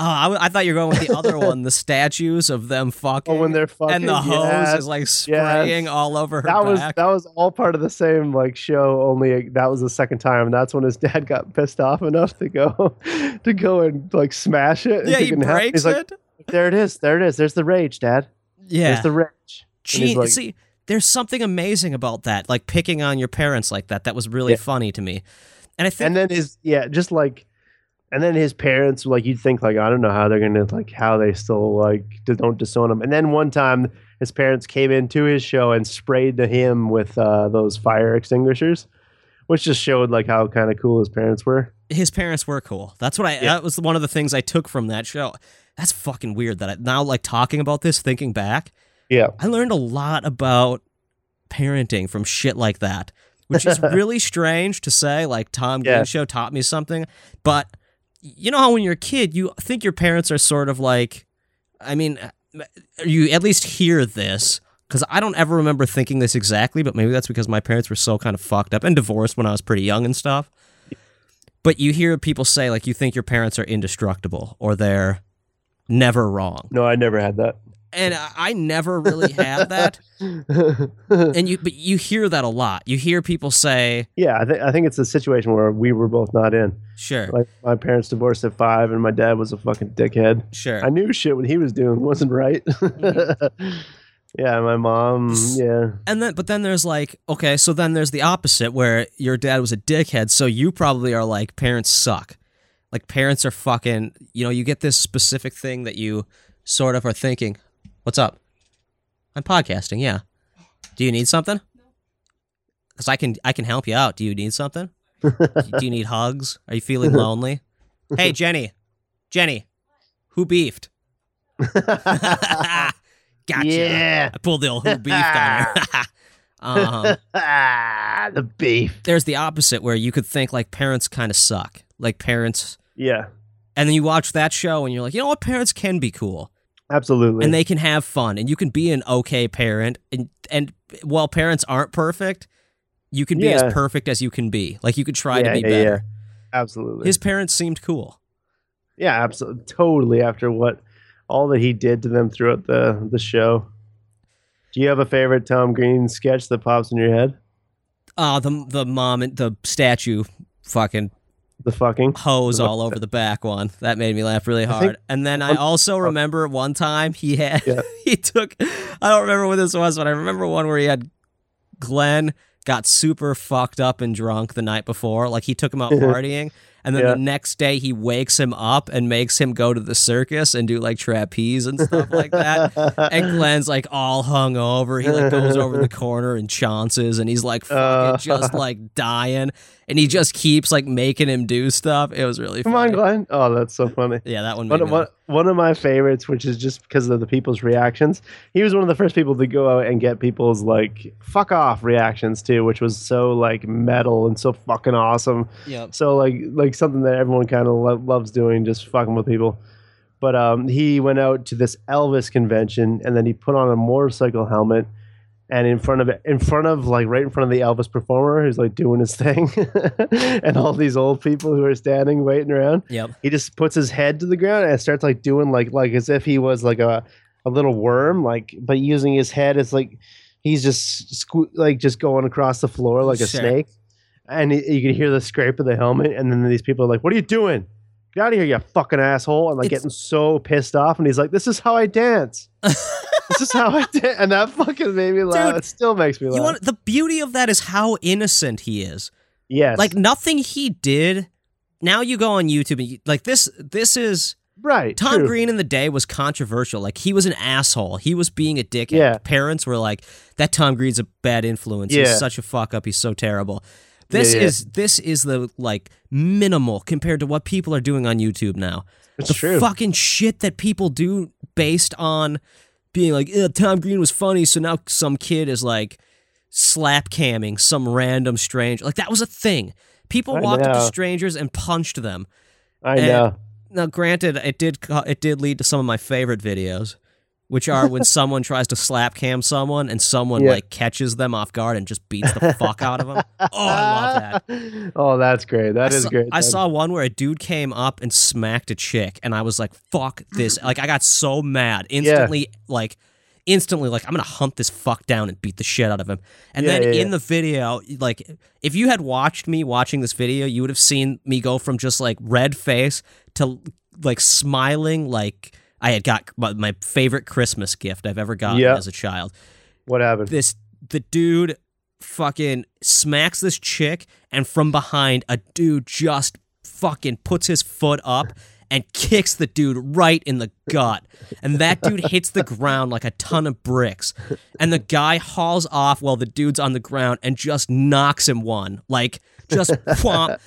Speaker 4: Oh, I, w- I thought you were going with the other one, the statues of them fucking.
Speaker 2: Oh, when they're fucking
Speaker 4: and the hose
Speaker 2: yes,
Speaker 4: is like spraying
Speaker 2: yes.
Speaker 4: all over her
Speaker 2: That was
Speaker 4: back.
Speaker 2: that was all part of the same like show. Only uh, that was the second time, and that's when his dad got pissed off enough to go to go and like smash it. and
Speaker 4: yeah, he
Speaker 2: take it in half.
Speaker 4: breaks
Speaker 2: He's
Speaker 4: it.
Speaker 2: like, there it is, there it is. There's the rage, Dad.
Speaker 4: Yeah.
Speaker 2: There's the rage. And he's
Speaker 4: Gee,
Speaker 2: like-
Speaker 4: see, there's something amazing about that, like picking on your parents like that. That was really
Speaker 2: Yeah.
Speaker 4: funny to me. And I think
Speaker 2: and then his yeah, just like, and then his parents like you'd think like I don't know how they're gonna like how they still like d- don't disown him. And then one time his parents came into his show and sprayed to him with uh, those fire extinguishers, which just showed like how kind of cool his parents were.
Speaker 4: his parents were cool. That's what I. That was one of the things I took from that show. That's fucking weird. That I now like talking about this, thinking back,
Speaker 2: Yeah,
Speaker 4: I learned a lot about parenting from shit like that, which is really strange to say. Like Tom
Speaker 2: Yeah.
Speaker 4: Green show taught me something, but you know how when you're a kid, you think your parents are sort of like, I mean, uh, you at least hear this because I don't ever remember thinking this exactly, but maybe that's because my parents were so kind of fucked up and divorced when I was pretty young and stuff. But you hear people say like you think your parents are indestructible or they're never wrong
Speaker 2: no, I never had that.
Speaker 4: and I I never really had that. and you, but you hear that a lot. You hear people say,
Speaker 2: Yeah, I, th- I think it's a situation where we were both not in.
Speaker 4: "Sure,
Speaker 2: Like my parents divorced at five, and my dad was a fucking dickhead.
Speaker 4: sure."
Speaker 2: Mm-hmm. I knew shit what he was doing wasn't right. Yeah, my mom. Yeah.
Speaker 4: And then, but then there's like, okay, so then there's the opposite where your dad was a dickhead, so you probably are like, parents suck. Like, parents are fucking, you know, you get this specific thing that you sort of are thinking, what's up? I'm podcasting, yeah. Do you need something? Because I can, I can help you out. Do you need something? Do you need hugs? Are you feeling lonely? Hey, Jenny, Jenny, who beefed? gotcha.
Speaker 2: Yeah.
Speaker 4: I pulled the old who beefed on her. um,
Speaker 2: Ah, the beef.
Speaker 4: there's the opposite where you could think like parents kind of suck. Like parents,
Speaker 2: Yeah,
Speaker 4: and then you watch that show and you're like, you know what? Parents can be cool
Speaker 2: absolutely.
Speaker 4: and they can have fun and you can be an okay parent. And, and while parents aren't perfect, you can be
Speaker 2: Yeah.
Speaker 4: as perfect as you can be. Like you could try
Speaker 2: Yeah,
Speaker 4: to be
Speaker 2: yeah, yeah.
Speaker 4: better.
Speaker 2: absolutely.
Speaker 4: His parents seemed cool.
Speaker 2: yeah, absolutely. Totally. After what all that he did to them throughout the the show. Do you have a favorite Tom Green sketch that pops in your head?
Speaker 4: Ah, the the mom and the statue fucking
Speaker 2: The fucking.
Speaker 4: hose all over the back one. That made me laugh really hard. and then I also remember one time he had
Speaker 2: Yeah.
Speaker 4: he took I don't remember what this was, but I remember one where he had Glenn got super fucked up and drunk the night before. Like he took him out partying. And then
Speaker 2: Yeah.
Speaker 4: the next day he wakes him up and makes him go to the circus and do like trapeze and stuff like that. and Glenn's like all hung over. He like goes over in the corner and chances and he's like fucking
Speaker 2: Uh.
Speaker 4: just like dying. And he just keeps like making him do stuff. It was really
Speaker 2: Come
Speaker 4: funny.
Speaker 2: on, Glenn. Oh, that's so funny.
Speaker 4: Yeah, that one.
Speaker 2: One
Speaker 4: Made
Speaker 2: of, one, one of my favorites, which is just because of the people's reactions. He was one of the first people to go out and get people's like "fuck off" reactions too, which was so like metal and so fucking awesome.
Speaker 4: Yep.
Speaker 2: So like like something that everyone kind of lo- loves doing, just fucking with people. But um, he went out to this Elvis convention, and then he put on a motorcycle helmet, and in front of in front of like right in front of the Elvis performer who's like doing his thing, and all these old people who are standing waiting around.
Speaker 4: Yep.
Speaker 2: He just puts his head to the ground and starts like doing like like as if he was like a a little worm, like but using his head as like he's just sque- like just going across the floor like a
Speaker 4: Sure.
Speaker 2: snake. And y- you can hear the scrape of the helmet, and then these people are like, "What are you doing? Get out of here, you fucking asshole!" And like
Speaker 4: It's-
Speaker 2: getting so pissed off, and he's like, "This is how I dance. this is how I dance," and that fucking made me laugh.
Speaker 4: Dude,
Speaker 2: it still makes me laugh.
Speaker 4: You want the beauty of that is how innocent he is.
Speaker 2: yes,
Speaker 4: Like nothing he did. Now you go on YouTube and you, like this. This is
Speaker 2: right.
Speaker 4: Tom
Speaker 2: true.
Speaker 4: Green in the day was controversial. Like he was an asshole. He was being a dickhead.
Speaker 2: Yeah.
Speaker 4: Parents were like, "That Tom Green's a bad influence.
Speaker 2: Yeah.
Speaker 4: He's such a fuck up. He's so terrible." This
Speaker 2: Yeah, yeah.
Speaker 4: is this is the like minimal compared to what people are doing on YouTube now.
Speaker 2: It's
Speaker 4: the
Speaker 2: true.
Speaker 4: fucking shit that people do based on being like, "Eh, Tom Green was funny, so now some kid is like slap camming some random stranger. Like that was a thing. People
Speaker 2: I
Speaker 4: walked up to
Speaker 2: know.
Speaker 4: strangers and punched them.
Speaker 2: I
Speaker 4: and-
Speaker 2: know.
Speaker 4: Now, granted, it did co- it did lead to some of my favorite videos, which are when someone tries to slap cam someone and someone
Speaker 2: Yeah.
Speaker 4: like catches them off guard and just beats the fuck out of them. Oh, I love that.
Speaker 2: oh, that's great. That
Speaker 4: I
Speaker 2: is
Speaker 4: saw,
Speaker 2: great.
Speaker 4: I
Speaker 2: That-
Speaker 4: saw one where a dude came up and smacked a chick, and I was like, "Fuck this!" Like, I got so mad instantly. Like, instantly, like I'm gonna hunt this fuck down and beat the shit out of him. And
Speaker 2: Yeah,
Speaker 4: then
Speaker 2: yeah,
Speaker 4: in
Speaker 2: yeah.
Speaker 4: the video, like, if you had watched me watching this video, you would have seen me go from just like red face to like smiling, like I had got my, my favorite Christmas gift I've ever gotten
Speaker 2: Yeah.
Speaker 4: as a child
Speaker 2: what happened.
Speaker 4: this the dude fucking smacks this chick and from behind a dude just fucking puts his foot up and kicks the dude right in the gut and that dude hits the ground like a ton of bricks and the guy hauls off while the dude's on the ground and just knocks him one like just whomp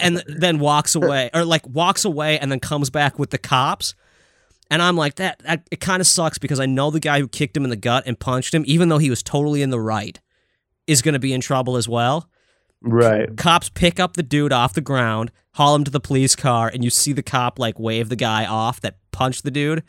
Speaker 4: and then walks away or like walks away and then comes back with the cops and I'm like, that, that it kind of sucks because I know the guy who kicked him in the gut and punched him, even though he was totally in the right, is going to be in trouble as well.
Speaker 2: right.
Speaker 4: Cops pick up the dude off the ground, haul him to the police car, and you see the cop like wave the guy off that punched the dude,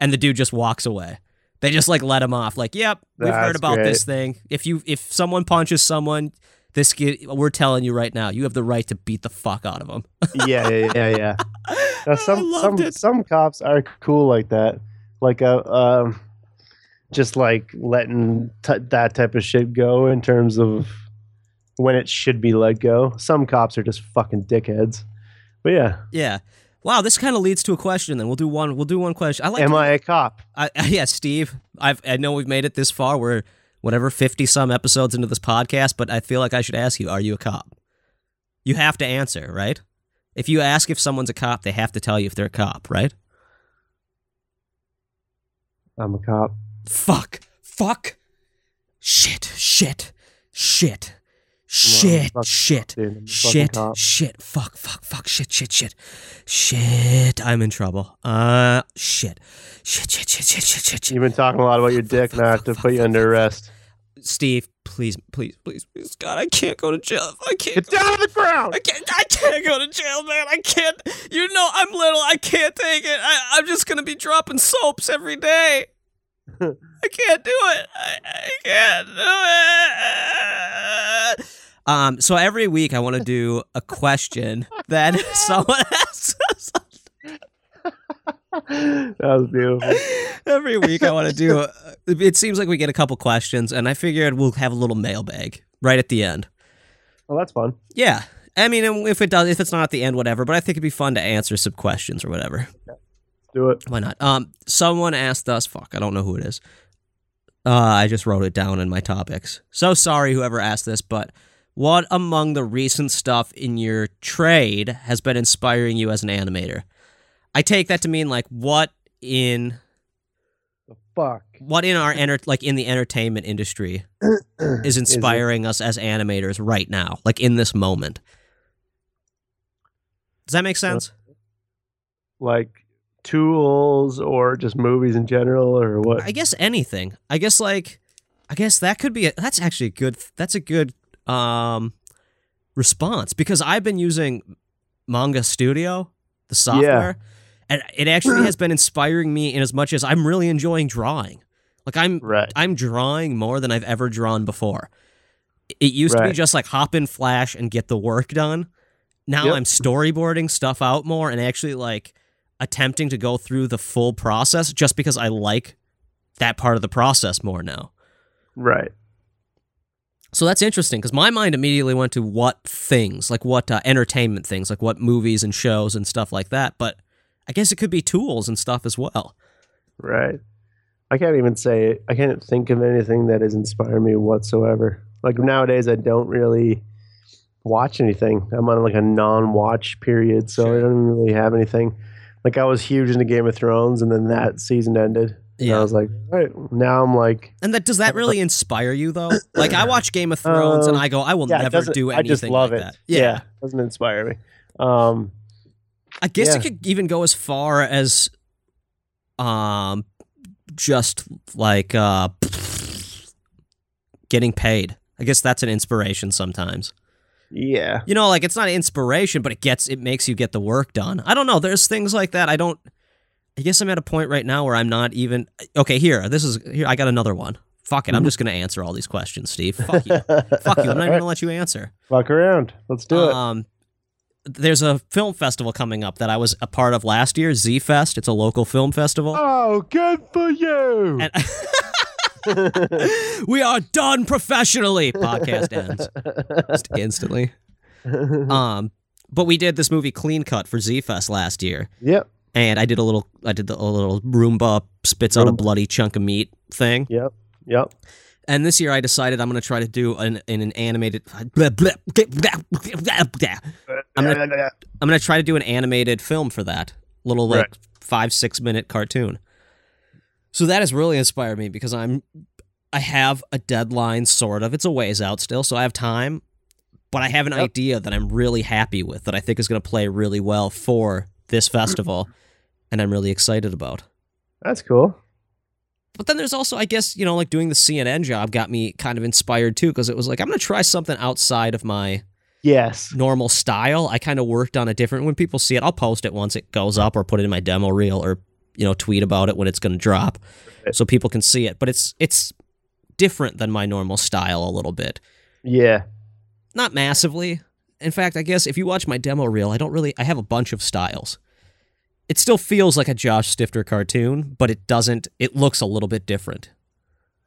Speaker 4: and the dude just walks away. They just like let him off. Like, yep, we've heard
Speaker 2: That's
Speaker 4: about
Speaker 2: great.
Speaker 4: this thing. If you if someone punches someone, this kid, we're telling you right now, you have the right to beat the fuck out of him.
Speaker 2: yeah, yeah, yeah, yeah. Now, some
Speaker 4: loved
Speaker 2: some
Speaker 4: it.
Speaker 2: some cops are cool like that, like uh, um, just like letting t- that type of shit go in terms of when it should be let go. Some cops are just fucking dickheads. But yeah,
Speaker 4: Yeah. Wow, this kind of leads to a question. Then we'll do one. We'll do one question. I like.
Speaker 2: Am I a cop?
Speaker 4: I, yeah, Steve. I've, I know we've made it this far. We're whatever fifty some episodes into this podcast, but I feel like I should ask you: Are you a cop? You have to answer, right? If you ask if someone's a cop, they have to tell you if they're a cop, right?
Speaker 2: I'm a cop.
Speaker 4: Fuck. Fuck. Shit. Shit. Shit. Shit.
Speaker 2: fuck,
Speaker 4: shit.
Speaker 2: dude, I'm a fucking
Speaker 4: shit.
Speaker 2: cop.
Speaker 4: Shit. Fuck. Fuck. Fuck. Shit. Shit. Shit. Shit. I'm in trouble. Uh. Shit. Shit. Shit. Shit. Shit. Shit. Shit. shit.
Speaker 2: You've been talking a lot about your dick, and I have to put you under arrest.
Speaker 4: Steve, please, please, please, please, God, I can't go to jail. I can't.
Speaker 2: Get
Speaker 4: go-
Speaker 2: down on the ground!
Speaker 4: I can't, I can't go to jail, man. I can't. You know, I'm little. I can't take it. I, I'm just going to be dropping soaps every day. I can't do it. I, I can't do it. Um, so every week I want to do a question that someone asks us.
Speaker 2: That was beautiful.
Speaker 4: Every week I want to do. A, it seems like we get a couple questions, and I figured we'll have a little mailbag right at the end.
Speaker 2: Well, that's fun.
Speaker 4: Yeah. I mean, and if it does, if it's not at the end, whatever. But I think it'd be fun to answer some questions or whatever.
Speaker 2: Let's do it.
Speaker 4: Why not? Um, someone asked us. Fuck, I don't know who it is. Uh, I just wrote it down in my topics. So sorry, whoever asked this. But what among the recent stuff in your trade has been inspiring you as an animator? I take that to mean like what in
Speaker 2: Fuck.
Speaker 4: what in our enter- like in the entertainment industry is
Speaker 2: it-
Speaker 4: inspiring us as animators right now, like in this moment. Does that make sense?
Speaker 2: Like tools or just movies in general or what?
Speaker 4: I guess anything. I guess like I guess that could be a, that's actually a good that's a good um response because I've been using Manga Studio, the software, and it actually has been inspiring me in as much as I'm really enjoying drawing. Like I'm
Speaker 2: right.
Speaker 4: I'm drawing more than I've ever drawn before. It used to be
Speaker 2: Right.
Speaker 4: just like hop in flash and get the work done. Now
Speaker 2: Yep.
Speaker 4: I'm storyboarding stuff out more and actually like attempting to go through the full process just because I like that part of the process more now.
Speaker 2: Right.
Speaker 4: So that's interesting because my mind immediately went to what things, like what uh, entertainment things, like what movies and shows and stuff like that. But I guess it could be tools and stuff as well.
Speaker 2: Right. I can't even say I can't think of anything that has inspired me whatsoever. Like nowadays, I don't really watch anything. I'm on like a non-watch period, so I don't really have anything. Like I was huge into Game of Thrones, and then that season ended. And
Speaker 4: Yeah.
Speaker 2: I was like, all right, now I'm like,
Speaker 4: And that does that really inspire you though? Like I watch Game of Thrones and I go, I will
Speaker 2: Oh. yeah, it
Speaker 4: never
Speaker 2: doesn't-
Speaker 4: do
Speaker 2: I
Speaker 4: anything
Speaker 2: just love
Speaker 4: like
Speaker 2: it.
Speaker 4: that.
Speaker 2: Yeah. doesn't inspire me. Um,
Speaker 4: I guess
Speaker 2: Yeah.
Speaker 4: it could even go as far as um just like uh getting paid. I guess that's an inspiration sometimes.
Speaker 2: yeah,
Speaker 4: You know, like it's not inspiration, but it gets it makes you get the work done. I don't know. There's things like that. I don't I guess I'm at a point right now where I'm not even okay, here. This is here I got another one. Fuck it. I'm just going to answer all these questions, Steve. Fuck you. Fuck you. I'm not even going to let you answer.
Speaker 2: fuck around. Let's do it.
Speaker 4: Um, there's a film festival coming up that I was a part of last year, Z Fest. It's a local film festival.
Speaker 2: Oh, good for you.
Speaker 4: And we are done professionally. Podcast ends Just instantly. Um, but we did this movie Clean Cut for Z Fest last year,
Speaker 2: Yep,
Speaker 4: and I did a little, I did the, a little Roomba spits out a
Speaker 2: Roomba.
Speaker 4: bloody chunk of meat thing.
Speaker 2: yep, yep.
Speaker 4: And this year, I decided I'm going to try to do an in an animated. Blah, blah, blah, blah, blah, blah. I'm gonna I'm gonna try to do an animated film for that little like
Speaker 2: Right.
Speaker 4: five six minute cartoon. So that has really inspired me because I'm I have a deadline sort of. It's a ways out still, so I have time, but I have an idea that I'm really happy with that I think is going to play really well for this festival, and I'm really excited about.
Speaker 2: That's cool.
Speaker 4: But then there's also, I guess, you know, like doing the CNN job got me kind of inspired too, because it was like, I'm going to try something outside of my
Speaker 2: Yes.
Speaker 4: normal style. I kind of worked on a different, when people see it, I'll post it once it goes up or put it in my demo reel or, you know, tweet about it when it's going to drop so people can see it. But it's, it's different than my normal style a little bit.
Speaker 2: Yeah.
Speaker 4: Not massively. In fact, I guess if you watch my demo reel, I don't really, I have a bunch of styles. It still feels like a Josh Stifter cartoon, but it doesn't, it looks a little bit different.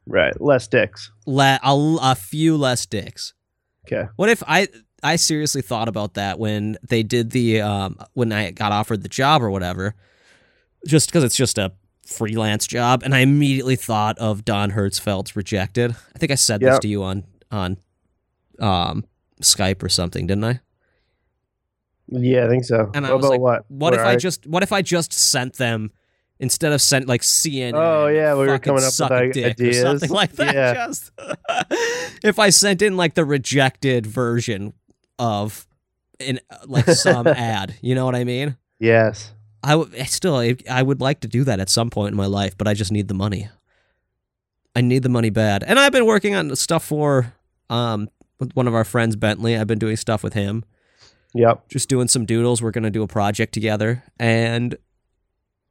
Speaker 2: Right. Less dicks.
Speaker 4: le- a, a few less dicks.
Speaker 2: Okay.
Speaker 4: What if I I seriously thought about that when they did the um, when I got offered the job or whatever, just because it's just a freelance job, and I immediately thought of Don Hertzfeld's Rejected. I think I said this
Speaker 2: Yep.
Speaker 4: to you on on um, Skype or something, didn't I?
Speaker 2: Yeah, I think so.
Speaker 4: And I
Speaker 2: what
Speaker 4: was
Speaker 2: about
Speaker 4: like,
Speaker 2: what?
Speaker 4: What if
Speaker 2: Where
Speaker 4: I, just what if I just sent them instead of sent like CNN?
Speaker 2: Oh, yeah, we were
Speaker 4: fucking
Speaker 2: coming up with
Speaker 4: suck a
Speaker 2: i-
Speaker 4: dick
Speaker 2: ideas.
Speaker 4: or something like that.
Speaker 2: Yeah.
Speaker 4: Just if I sent in like the rejected version of an like some ad, you know what I mean?
Speaker 2: Yes.
Speaker 4: I would I still I, I would like to do that at some point in my life, but I just need the money. I need the money bad, and I've been working on stuff for um with one of our friends Bentley. I've been doing stuff with him
Speaker 2: Yep.
Speaker 4: just doing some doodles. We're gonna do a project together, and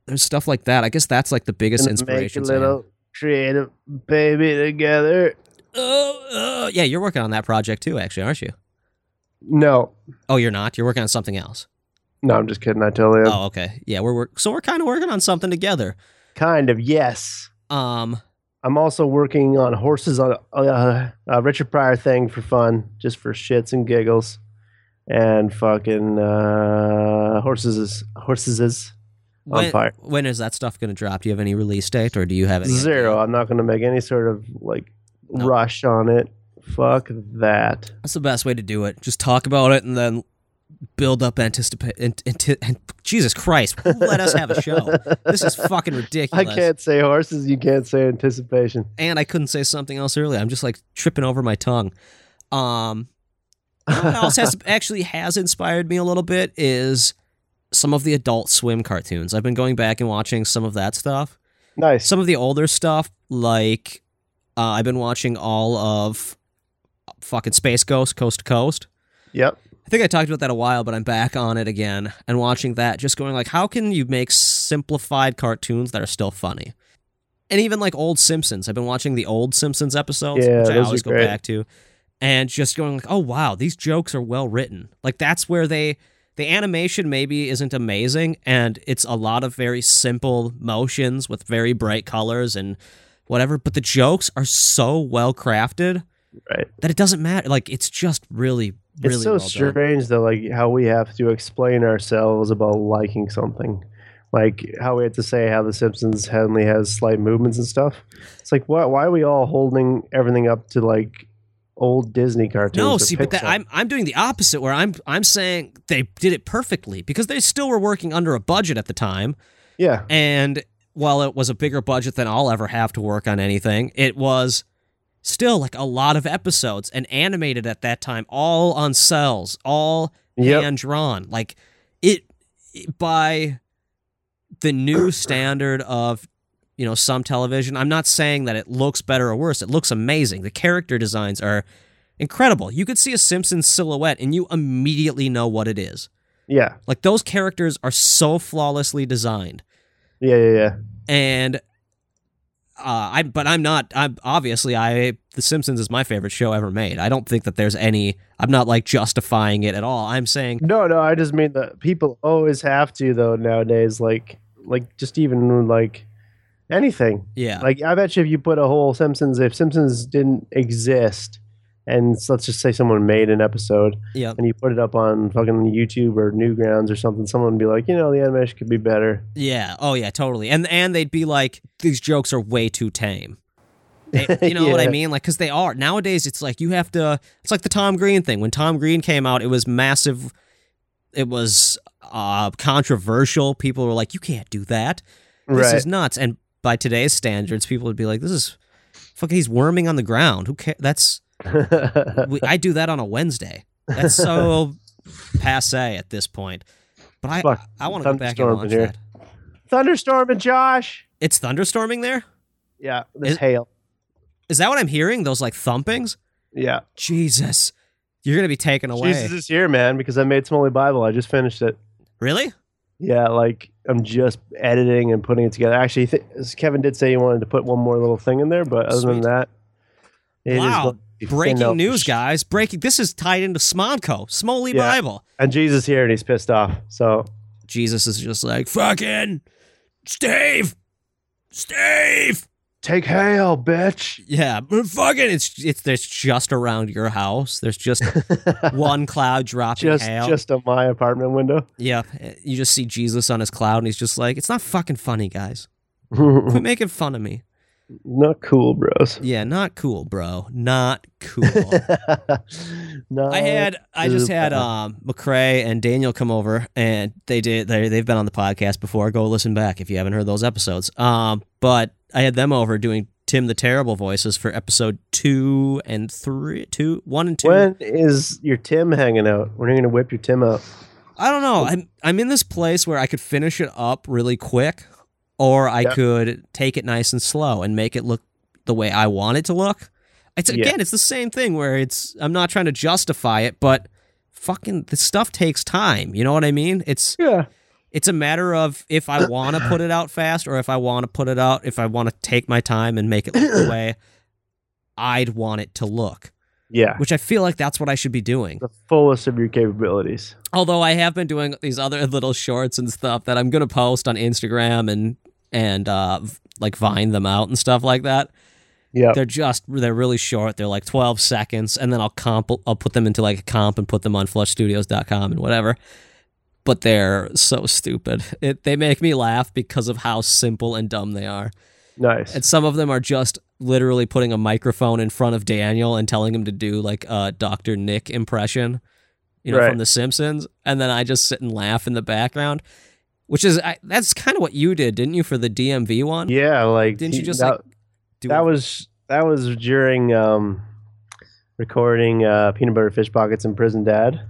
Speaker 4: there's stuff like that. I guess that's like the biggest
Speaker 2: Gonna
Speaker 4: inspiration.
Speaker 2: Make
Speaker 4: to
Speaker 2: a
Speaker 4: me.
Speaker 2: little creative baby together.
Speaker 4: Oh, oh, yeah, you're working on that project too, actually, aren't you?
Speaker 2: No,
Speaker 4: Oh, you're not. You're working on something else.
Speaker 2: no, I'm just kidding. I totally am.
Speaker 4: Oh, okay. Yeah, we're, we so we're kind of working on something together.
Speaker 2: Kind of. Yes.
Speaker 4: Um,
Speaker 2: I'm also working on horses on uh, a Richard Pryor thing for fun, just for shits and giggles, and fucking uh, horses is horses is on
Speaker 4: when,
Speaker 2: fire.
Speaker 4: when is that stuff gonna drop? Do you have any release date, or do you have any idea?
Speaker 2: Zero. I'm not going to make any sort of like
Speaker 4: No.
Speaker 2: rush on it. Fuck that.
Speaker 4: That's the best way to do it. Just talk about it and then build up anticipate. And, Jesus Christ, let us have a show. This is fucking
Speaker 2: I
Speaker 4: ridiculous.
Speaker 2: can't say horses. You can't say anticipation.
Speaker 4: and I couldn't say something else earlier. I'm just like tripping over my tongue. Um, you know what else has actually has inspired me a little bit is some of the Adult Swim cartoons. I've been going back and watching some of that stuff.
Speaker 2: Nice.
Speaker 4: Some of the older stuff, like uh, I've been watching all of fucking Space Ghost Coast to Coast.
Speaker 2: yep.
Speaker 4: I think I talked about that a while, but I'm back on it again and watching that, just going like, how can you make simplified cartoons that are still funny? And even like old Simpsons. I've been watching the old Simpsons episodes,
Speaker 2: Yeah,
Speaker 4: which I
Speaker 2: those are
Speaker 4: always go
Speaker 2: great.
Speaker 4: back to, and just going like, oh wow, these jokes are well written. Like that's where they the animation maybe isn't amazing, and it's a lot of very simple motions with very bright colors and whatever, but the jokes are so well crafted
Speaker 2: Right.
Speaker 4: that it doesn't matter. Like it's just really, really
Speaker 2: it's so
Speaker 4: well done.
Speaker 2: strange though, like how we have to explain ourselves about liking something, like how we have to say how The Simpsons only has slight movements and stuff. It's like why why are we all holding everything up to like old Disney cartoons?
Speaker 4: No,
Speaker 2: or
Speaker 4: see, but that,
Speaker 2: Pixar?
Speaker 4: I'm I'm doing the opposite where I'm I'm saying they did it perfectly because they still were working under a budget at the time,
Speaker 2: yeah,
Speaker 4: and while it was a bigger budget than I'll ever have to work on anything, it was still like a lot of episodes and animated at that time, all on cells, all
Speaker 2: Yep.
Speaker 4: hand drawn. Like it, it- by the new standard of you know some television. I'm not saying that it looks better or worse. It looks amazing. The character designs are incredible. You could see a Simpsons silhouette and you immediately know what it is.
Speaker 2: yeah,
Speaker 4: Like those characters are so flawlessly designed
Speaker 2: yeah, yeah, yeah.
Speaker 4: and uh, I but I'm not I'm obviously I The Simpsons is my favorite show ever made. I don't think that there's any I'm not like justifying it at all. I'm saying
Speaker 2: No, no, I just mean that people always have to though nowadays, like like just even like anything.
Speaker 4: yeah.
Speaker 2: Like I bet you if you put a whole Simpsons, if Simpsons didn't exist, and s- let's just say someone made an episode,
Speaker 4: Yeah.
Speaker 2: and you put it up on fucking YouTube or Newgrounds or something, someone would be like, you know, the animation could be better.
Speaker 4: yeah. Oh yeah, totally. And and they'd be like these jokes are way too tame. They- you know what I
Speaker 2: Yeah.
Speaker 4: mean? Like cuz they are. Nowadays it's like you have to it's like the Tom Green thing. When Tom Green came out, it was massive it was uh controversial. People were like, "You can't do that." this
Speaker 2: right?
Speaker 4: is nuts. And by today's standards, people would be like, this is fucking, he's worming on the ground. Who cares? That's, we, I do that on a Wednesday. That's so passe at this point. But I,
Speaker 2: Fuck,
Speaker 4: I want to go back and
Speaker 2: thunderstorm
Speaker 4: watch
Speaker 2: in here.
Speaker 4: that.
Speaker 2: Thunderstorm and Josh.
Speaker 4: It's thunderstorming there?
Speaker 2: Yeah, there's
Speaker 4: Is-
Speaker 2: hail.
Speaker 4: Is that what I'm hearing? Those like thumpings?
Speaker 2: Yeah,
Speaker 4: Jesus. You're going to be taken away.
Speaker 2: Jesus is here, man. Because I made Smoly Bible. I just finished it.
Speaker 4: Really?
Speaker 2: Yeah, like I'm just editing and putting it together. Actually, th- Kevin did say he wanted to put one more little thing in there, but other
Speaker 4: Sweet.
Speaker 2: than that, it is
Speaker 4: Wow.
Speaker 2: going to be
Speaker 4: Breaking
Speaker 2: thin
Speaker 4: news,
Speaker 2: out.
Speaker 4: guys. Breaking. This is tied into Smodco, Smoly
Speaker 2: Yeah.
Speaker 4: Bible.
Speaker 2: And Jesus here, and he's pissed off. So
Speaker 4: Jesus is just like, fucking Steve, Steve,
Speaker 2: Take hail, bitch.
Speaker 4: Yeah, but fucking it's it's there's just around your house. There's just one cloud dropping
Speaker 2: Just
Speaker 4: hail.
Speaker 2: just on my apartment window.
Speaker 4: yeah, you just see Jesus on his cloud, and he's just like, "It's not fucking funny, guys. Quit making fun of me."
Speaker 2: Not cool, bros.
Speaker 4: Yeah, not cool, bro. Not cool.
Speaker 2: Not
Speaker 4: I had I just had
Speaker 2: super.
Speaker 4: um McCray and Daniel come over and they did they they've been on the podcast before. Go listen back if you haven't heard those episodes. Um but I had them over doing Tim the Terrible voices for episode two and three two one and two.
Speaker 2: When is your Tim hanging out? When are you gonna whip your Tim out?
Speaker 4: I don't know. I'm I'm in this place where I could finish it up really quick or I
Speaker 2: Yep.
Speaker 4: could take it nice and slow and make it look the way I want it to look. It's
Speaker 2: Yeah.
Speaker 4: again, it's the same thing where it's I'm not trying to justify it, but fucking the stuff takes time. You know what I mean? It's
Speaker 2: Yeah.
Speaker 4: it's a matter of if I want to put it out fast or if I want to put it out, if I want to take my time and make it look the way I'd want it to look,
Speaker 2: Yeah.
Speaker 4: which I feel like that's what I should be doing.
Speaker 2: The fullest of your capabilities.
Speaker 4: Although I have been doing these other little shorts and stuff that I'm going to post on Instagram and and uh, v- like vine them out and stuff like that.
Speaker 2: Yeah.
Speaker 4: They're just they're really short. They're like 12 seconds, and then I'll comp I'll put them into like a comp and put them on flushstudios.com and whatever. But they're so stupid. It, they make me laugh because of how simple and dumb they are.
Speaker 2: Nice.
Speaker 4: And some of them are just literally putting a microphone in front of Daniel and telling him to do like a Dr. Nick impression, you know,
Speaker 2: Right.
Speaker 4: from The Simpsons. And then I just sit and laugh in the background, which is I, that's kind of what you did, didn't you, for the DMV one?
Speaker 2: yeah, like
Speaker 4: Didn't you just,
Speaker 2: that,
Speaker 4: like, Do-
Speaker 2: that was that was during um recording uh peanut butter fish pockets and prison dad.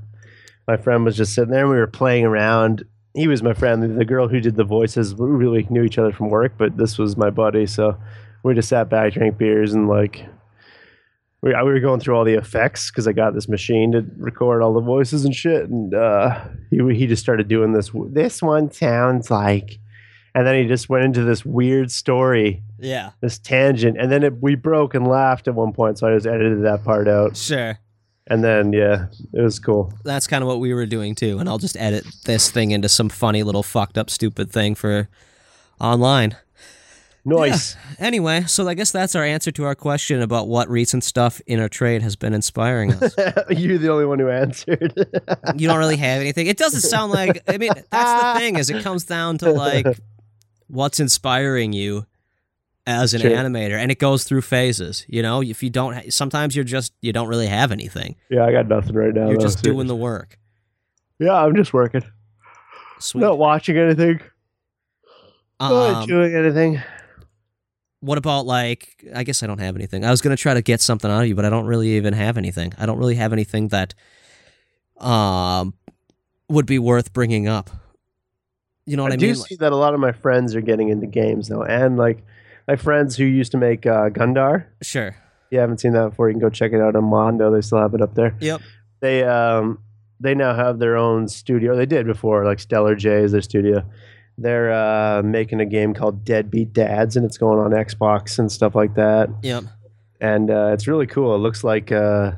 Speaker 2: My friend was just sitting there and we were playing around. He was my friend. The girl who did the voices, we really knew each other from work, but this was my buddy, so we just sat back, drank beers, and like we, I- we were going through all the effects because I got this machine to record all the voices and shit. And uh, he he just started doing this. This one sounds like, and then he just went into this weird story,
Speaker 4: yeah,
Speaker 2: this tangent, and then it, we broke and laughed at one point. So I just edited that part out,
Speaker 4: sure.
Speaker 2: and then yeah, it was cool.
Speaker 4: That's kind of what we were doing too. And I'll just edit this thing into some funny little fucked up, stupid thing for online.
Speaker 2: Nice.
Speaker 4: Anyway, so I guess that's our answer to our question about what recent stuff in our trade has been inspiring us.
Speaker 2: You're the only one who answered.
Speaker 4: you don't really have anything. It doesn't sound like. I mean, that's the thing is it comes down to like what's inspiring you as an
Speaker 2: Sure.
Speaker 4: animator, and it goes through phases. You know, if you don't, ha- sometimes you're just you don't really have anything.
Speaker 2: yeah, I got nothing right now.
Speaker 4: You're
Speaker 2: though,
Speaker 4: just
Speaker 2: seriously.
Speaker 4: doing the work.
Speaker 2: Yeah, I'm just working.
Speaker 4: Sweet.
Speaker 2: Not watching anything. not
Speaker 4: Um,
Speaker 2: doing anything.
Speaker 4: what about like? I guess I don't have anything. I was gonna try to get something out of you, but I don't really even have anything. I don't really have anything that um would be worth bringing up. You know what I,
Speaker 2: I do
Speaker 4: mean?
Speaker 2: see that a lot of my friends are getting into games though, and like my friends who used to make uh, Gundar.
Speaker 4: sure.
Speaker 2: If you haven't seen that before, you can go check it out on Mondo. They still have it up there.
Speaker 4: Yep.
Speaker 2: They um they now have their own studio. They did before, like Stellar J is their studio. They're uh, making a game called Deadbeat Dads, and it's going on Xbox and stuff like that.
Speaker 4: Yep.
Speaker 2: And uh, it's really cool. It looks like uh,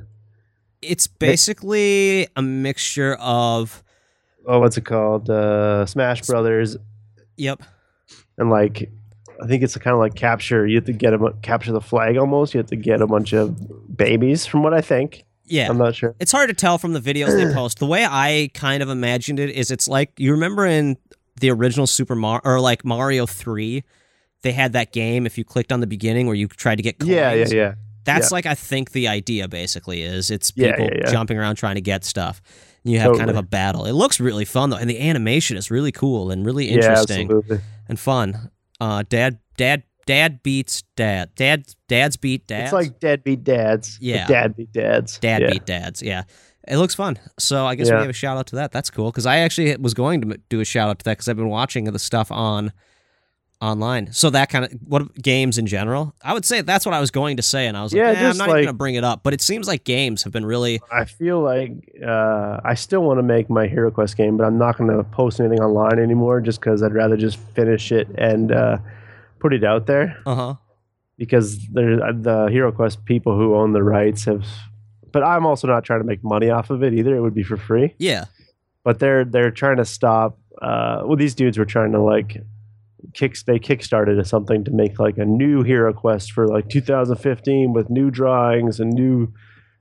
Speaker 4: It's basically a mixture of
Speaker 2: oh, what's it called? Uh, Smash Brothers
Speaker 4: yep,
Speaker 2: and like I think it's kind of like capture. You have to get a bu- capture the flag almost. You have to get a bunch of babies, from what I think.
Speaker 4: yeah.
Speaker 2: I'm not sure.
Speaker 4: It's hard to tell from the videos they post. The way I kind of imagined it is it's like you remember in the original Super Mario or like Mario 3, they had that game if you clicked on the beginning where you tried to get coins.
Speaker 2: Yeah, yeah, yeah.
Speaker 4: That's
Speaker 2: yeah.
Speaker 4: like I think the idea basically is it's
Speaker 2: Yeah,
Speaker 4: people
Speaker 2: yeah, yeah.
Speaker 4: jumping around trying to get stuff. You have kind of a
Speaker 2: Totally.
Speaker 4: battle. It looks really fun though, and the animation is really cool and really
Speaker 2: Yeah,
Speaker 4: interesting.
Speaker 2: absolutely.
Speaker 4: and fun. Uh, dad, dad, dad beats dad. Dad, dads beat dads.
Speaker 2: It's like dad beat dads. but
Speaker 4: Yeah.
Speaker 2: Dad beat dads.
Speaker 4: dad
Speaker 2: yeah.
Speaker 4: beat dads. Yeah, it looks fun. So I guess
Speaker 2: Yeah.
Speaker 4: we have a shout out to that. That's cool because I actually was going to m- do a shout out to that because I've been watching the stuff on online. So that kind of what games in general. I would say that's what I was going to say, and I was
Speaker 2: Yeah,
Speaker 4: like, "Nah, I'm
Speaker 2: just
Speaker 4: not even
Speaker 2: like-
Speaker 4: gonna bring it up. But it seems like games have been really
Speaker 2: I feel like uh, I still want to make my Hero Quest game, but I'm not going to post anything online anymore just because I'd rather just finish it and uh, put it out there.
Speaker 4: uh huh.
Speaker 2: because there the HeroQuest people who own the rights have. But I'm also not trying to make money off of it either. It would be for free.
Speaker 4: Yeah,
Speaker 2: But they're they're trying to stop. Uh, well, these dudes were trying to like kick they kickstarted something to make like a new hero quest for like 2015 with new drawings and new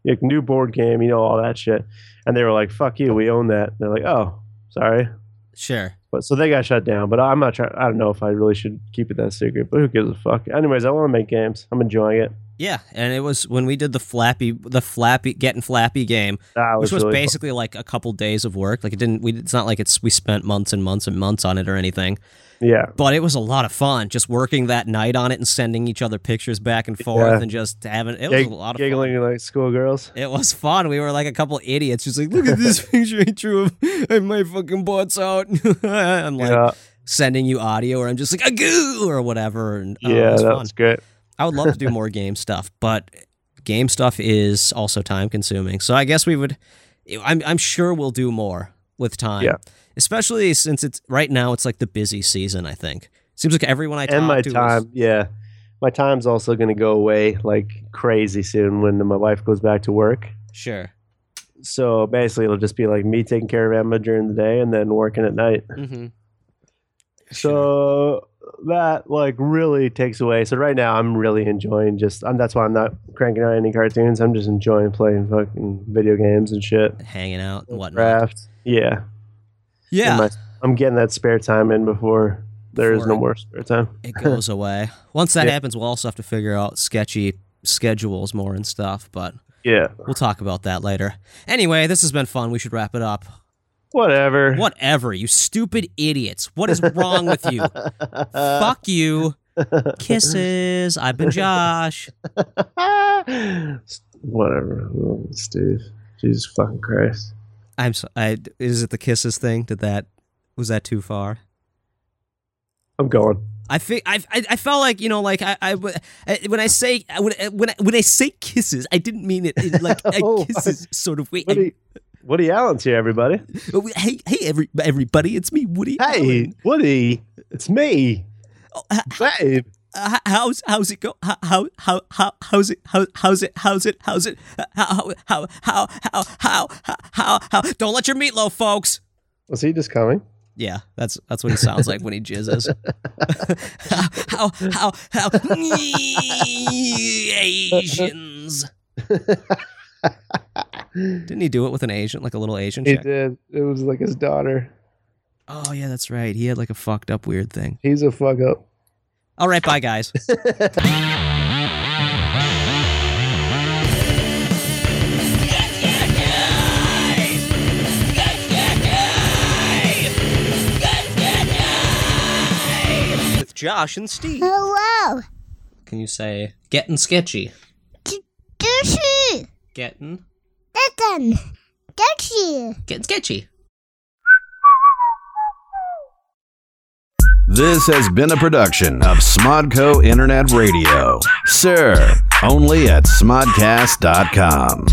Speaker 2: like, new board game, you know, all that shit. And they were like, "Fuck you, we own that." And they're like, "Oh, sorry."
Speaker 4: Sure.
Speaker 2: But so they got shut down. But I'm not trying. I don't know if I really should keep it that secret. But who gives a fuck? Anyways, I want to make games. I'm enjoying it.
Speaker 4: Yeah, and it was when we did the Flappy, the Flappy, getting Flappy game,
Speaker 2: Ah, it
Speaker 4: which was
Speaker 2: really fun.
Speaker 4: basically like a couple days of work. Like it didn't. We, it's not like it's we spent months and months and months on it or anything.
Speaker 2: yeah.
Speaker 4: But it was a lot of fun just working that night on it and sending each other pictures back and forth
Speaker 2: Yeah.
Speaker 4: and just having. It was
Speaker 2: Gig-
Speaker 4: a lot of fun.
Speaker 2: giggling like schoolgirls.
Speaker 4: It was fun. We were like a couple idiots, just like, look at this picture I drew of of my fucking butts out. I'm like
Speaker 2: yeah,
Speaker 4: sending you audio, or I'm just like a goo or whatever. And oh, it
Speaker 2: yeah,
Speaker 4: was
Speaker 2: that
Speaker 4: fun.
Speaker 2: was great.
Speaker 4: I would love to do more game stuff, but game stuff is also time consuming. So I guess we would. I'm I'm sure we'll do more with time.
Speaker 2: Yeah.
Speaker 4: Especially since it's right now, it's like the busy season. I think seems like everyone I talk
Speaker 2: and my
Speaker 4: to is-
Speaker 2: time yeah my time's also going to go away like crazy soon when my wife goes back to work
Speaker 4: sure.
Speaker 2: so basically it'll just be like me taking care of emma during the day and then working at night
Speaker 4: Mm-hmm.
Speaker 2: so that like really takes away so right now i'm really enjoying just um, that's why i'm not cranking out any cartoons i'm just enjoying playing fucking video games and shit
Speaker 4: hanging out and whatnot.
Speaker 2: craft yeah
Speaker 4: Yeah.
Speaker 2: And my- i'm getting that spare time in before there is
Speaker 4: Before
Speaker 2: no
Speaker 4: it-
Speaker 2: more spare time
Speaker 4: it goes away. Once that
Speaker 2: Yeah.
Speaker 4: happens, we'll also have to figure out sketchy schedules more and stuff, but
Speaker 2: yeah
Speaker 4: we'll talk about that later. Anyway, this has been fun. We should wrap it up.
Speaker 2: whatever
Speaker 4: Whatever, you stupid idiots. What is wrong with you? Fuck you. Kisses. I've been Josh.
Speaker 2: Whatever, Steve. Jesus fucking Christ.
Speaker 4: I'm so, I is it the kisses thing? Did that was that too far?
Speaker 2: I'm going.
Speaker 4: I think I, I I felt like you know like I, I w- I- when I say when I- when I, when I say kisses I didn't mean it in like
Speaker 2: Oh,
Speaker 4: a kisses sort of way. I
Speaker 2: Woody, Woody Allen's here, everybody.
Speaker 4: Oh, we- Hey, hey, every, everybody! It's me, Woody.
Speaker 2: Hey,
Speaker 4: Allen.
Speaker 2: Woody, it's me,
Speaker 4: Oh, h-
Speaker 2: babe.
Speaker 4: h- how's how's it go? H- How how how how's it how, how's it how's it how's it uh, how how how how how how how how? Don't let your meatloaf, folks.
Speaker 2: Was he just coming?
Speaker 4: Yeah, that's that's what he sounds like when he jizzes. how how how how Asians? Didn't he do it with an Asian, like a little Asian
Speaker 2: He
Speaker 4: chick?
Speaker 2: did. It was like his daughter.
Speaker 4: Oh yeah, that's right. He had like a fucked up weird thing.
Speaker 2: He's a fuck up.
Speaker 4: All right, bye guys. With Josh and Steve.
Speaker 6: Hello.
Speaker 4: Can you say getting sketchy?
Speaker 6: Douchey.
Speaker 4: Getting
Speaker 6: Listen. Douchey.
Speaker 4: getting sketchy.
Speaker 1: This has been a production of Smodco Internet Radio. Sir, only at smodcast.com.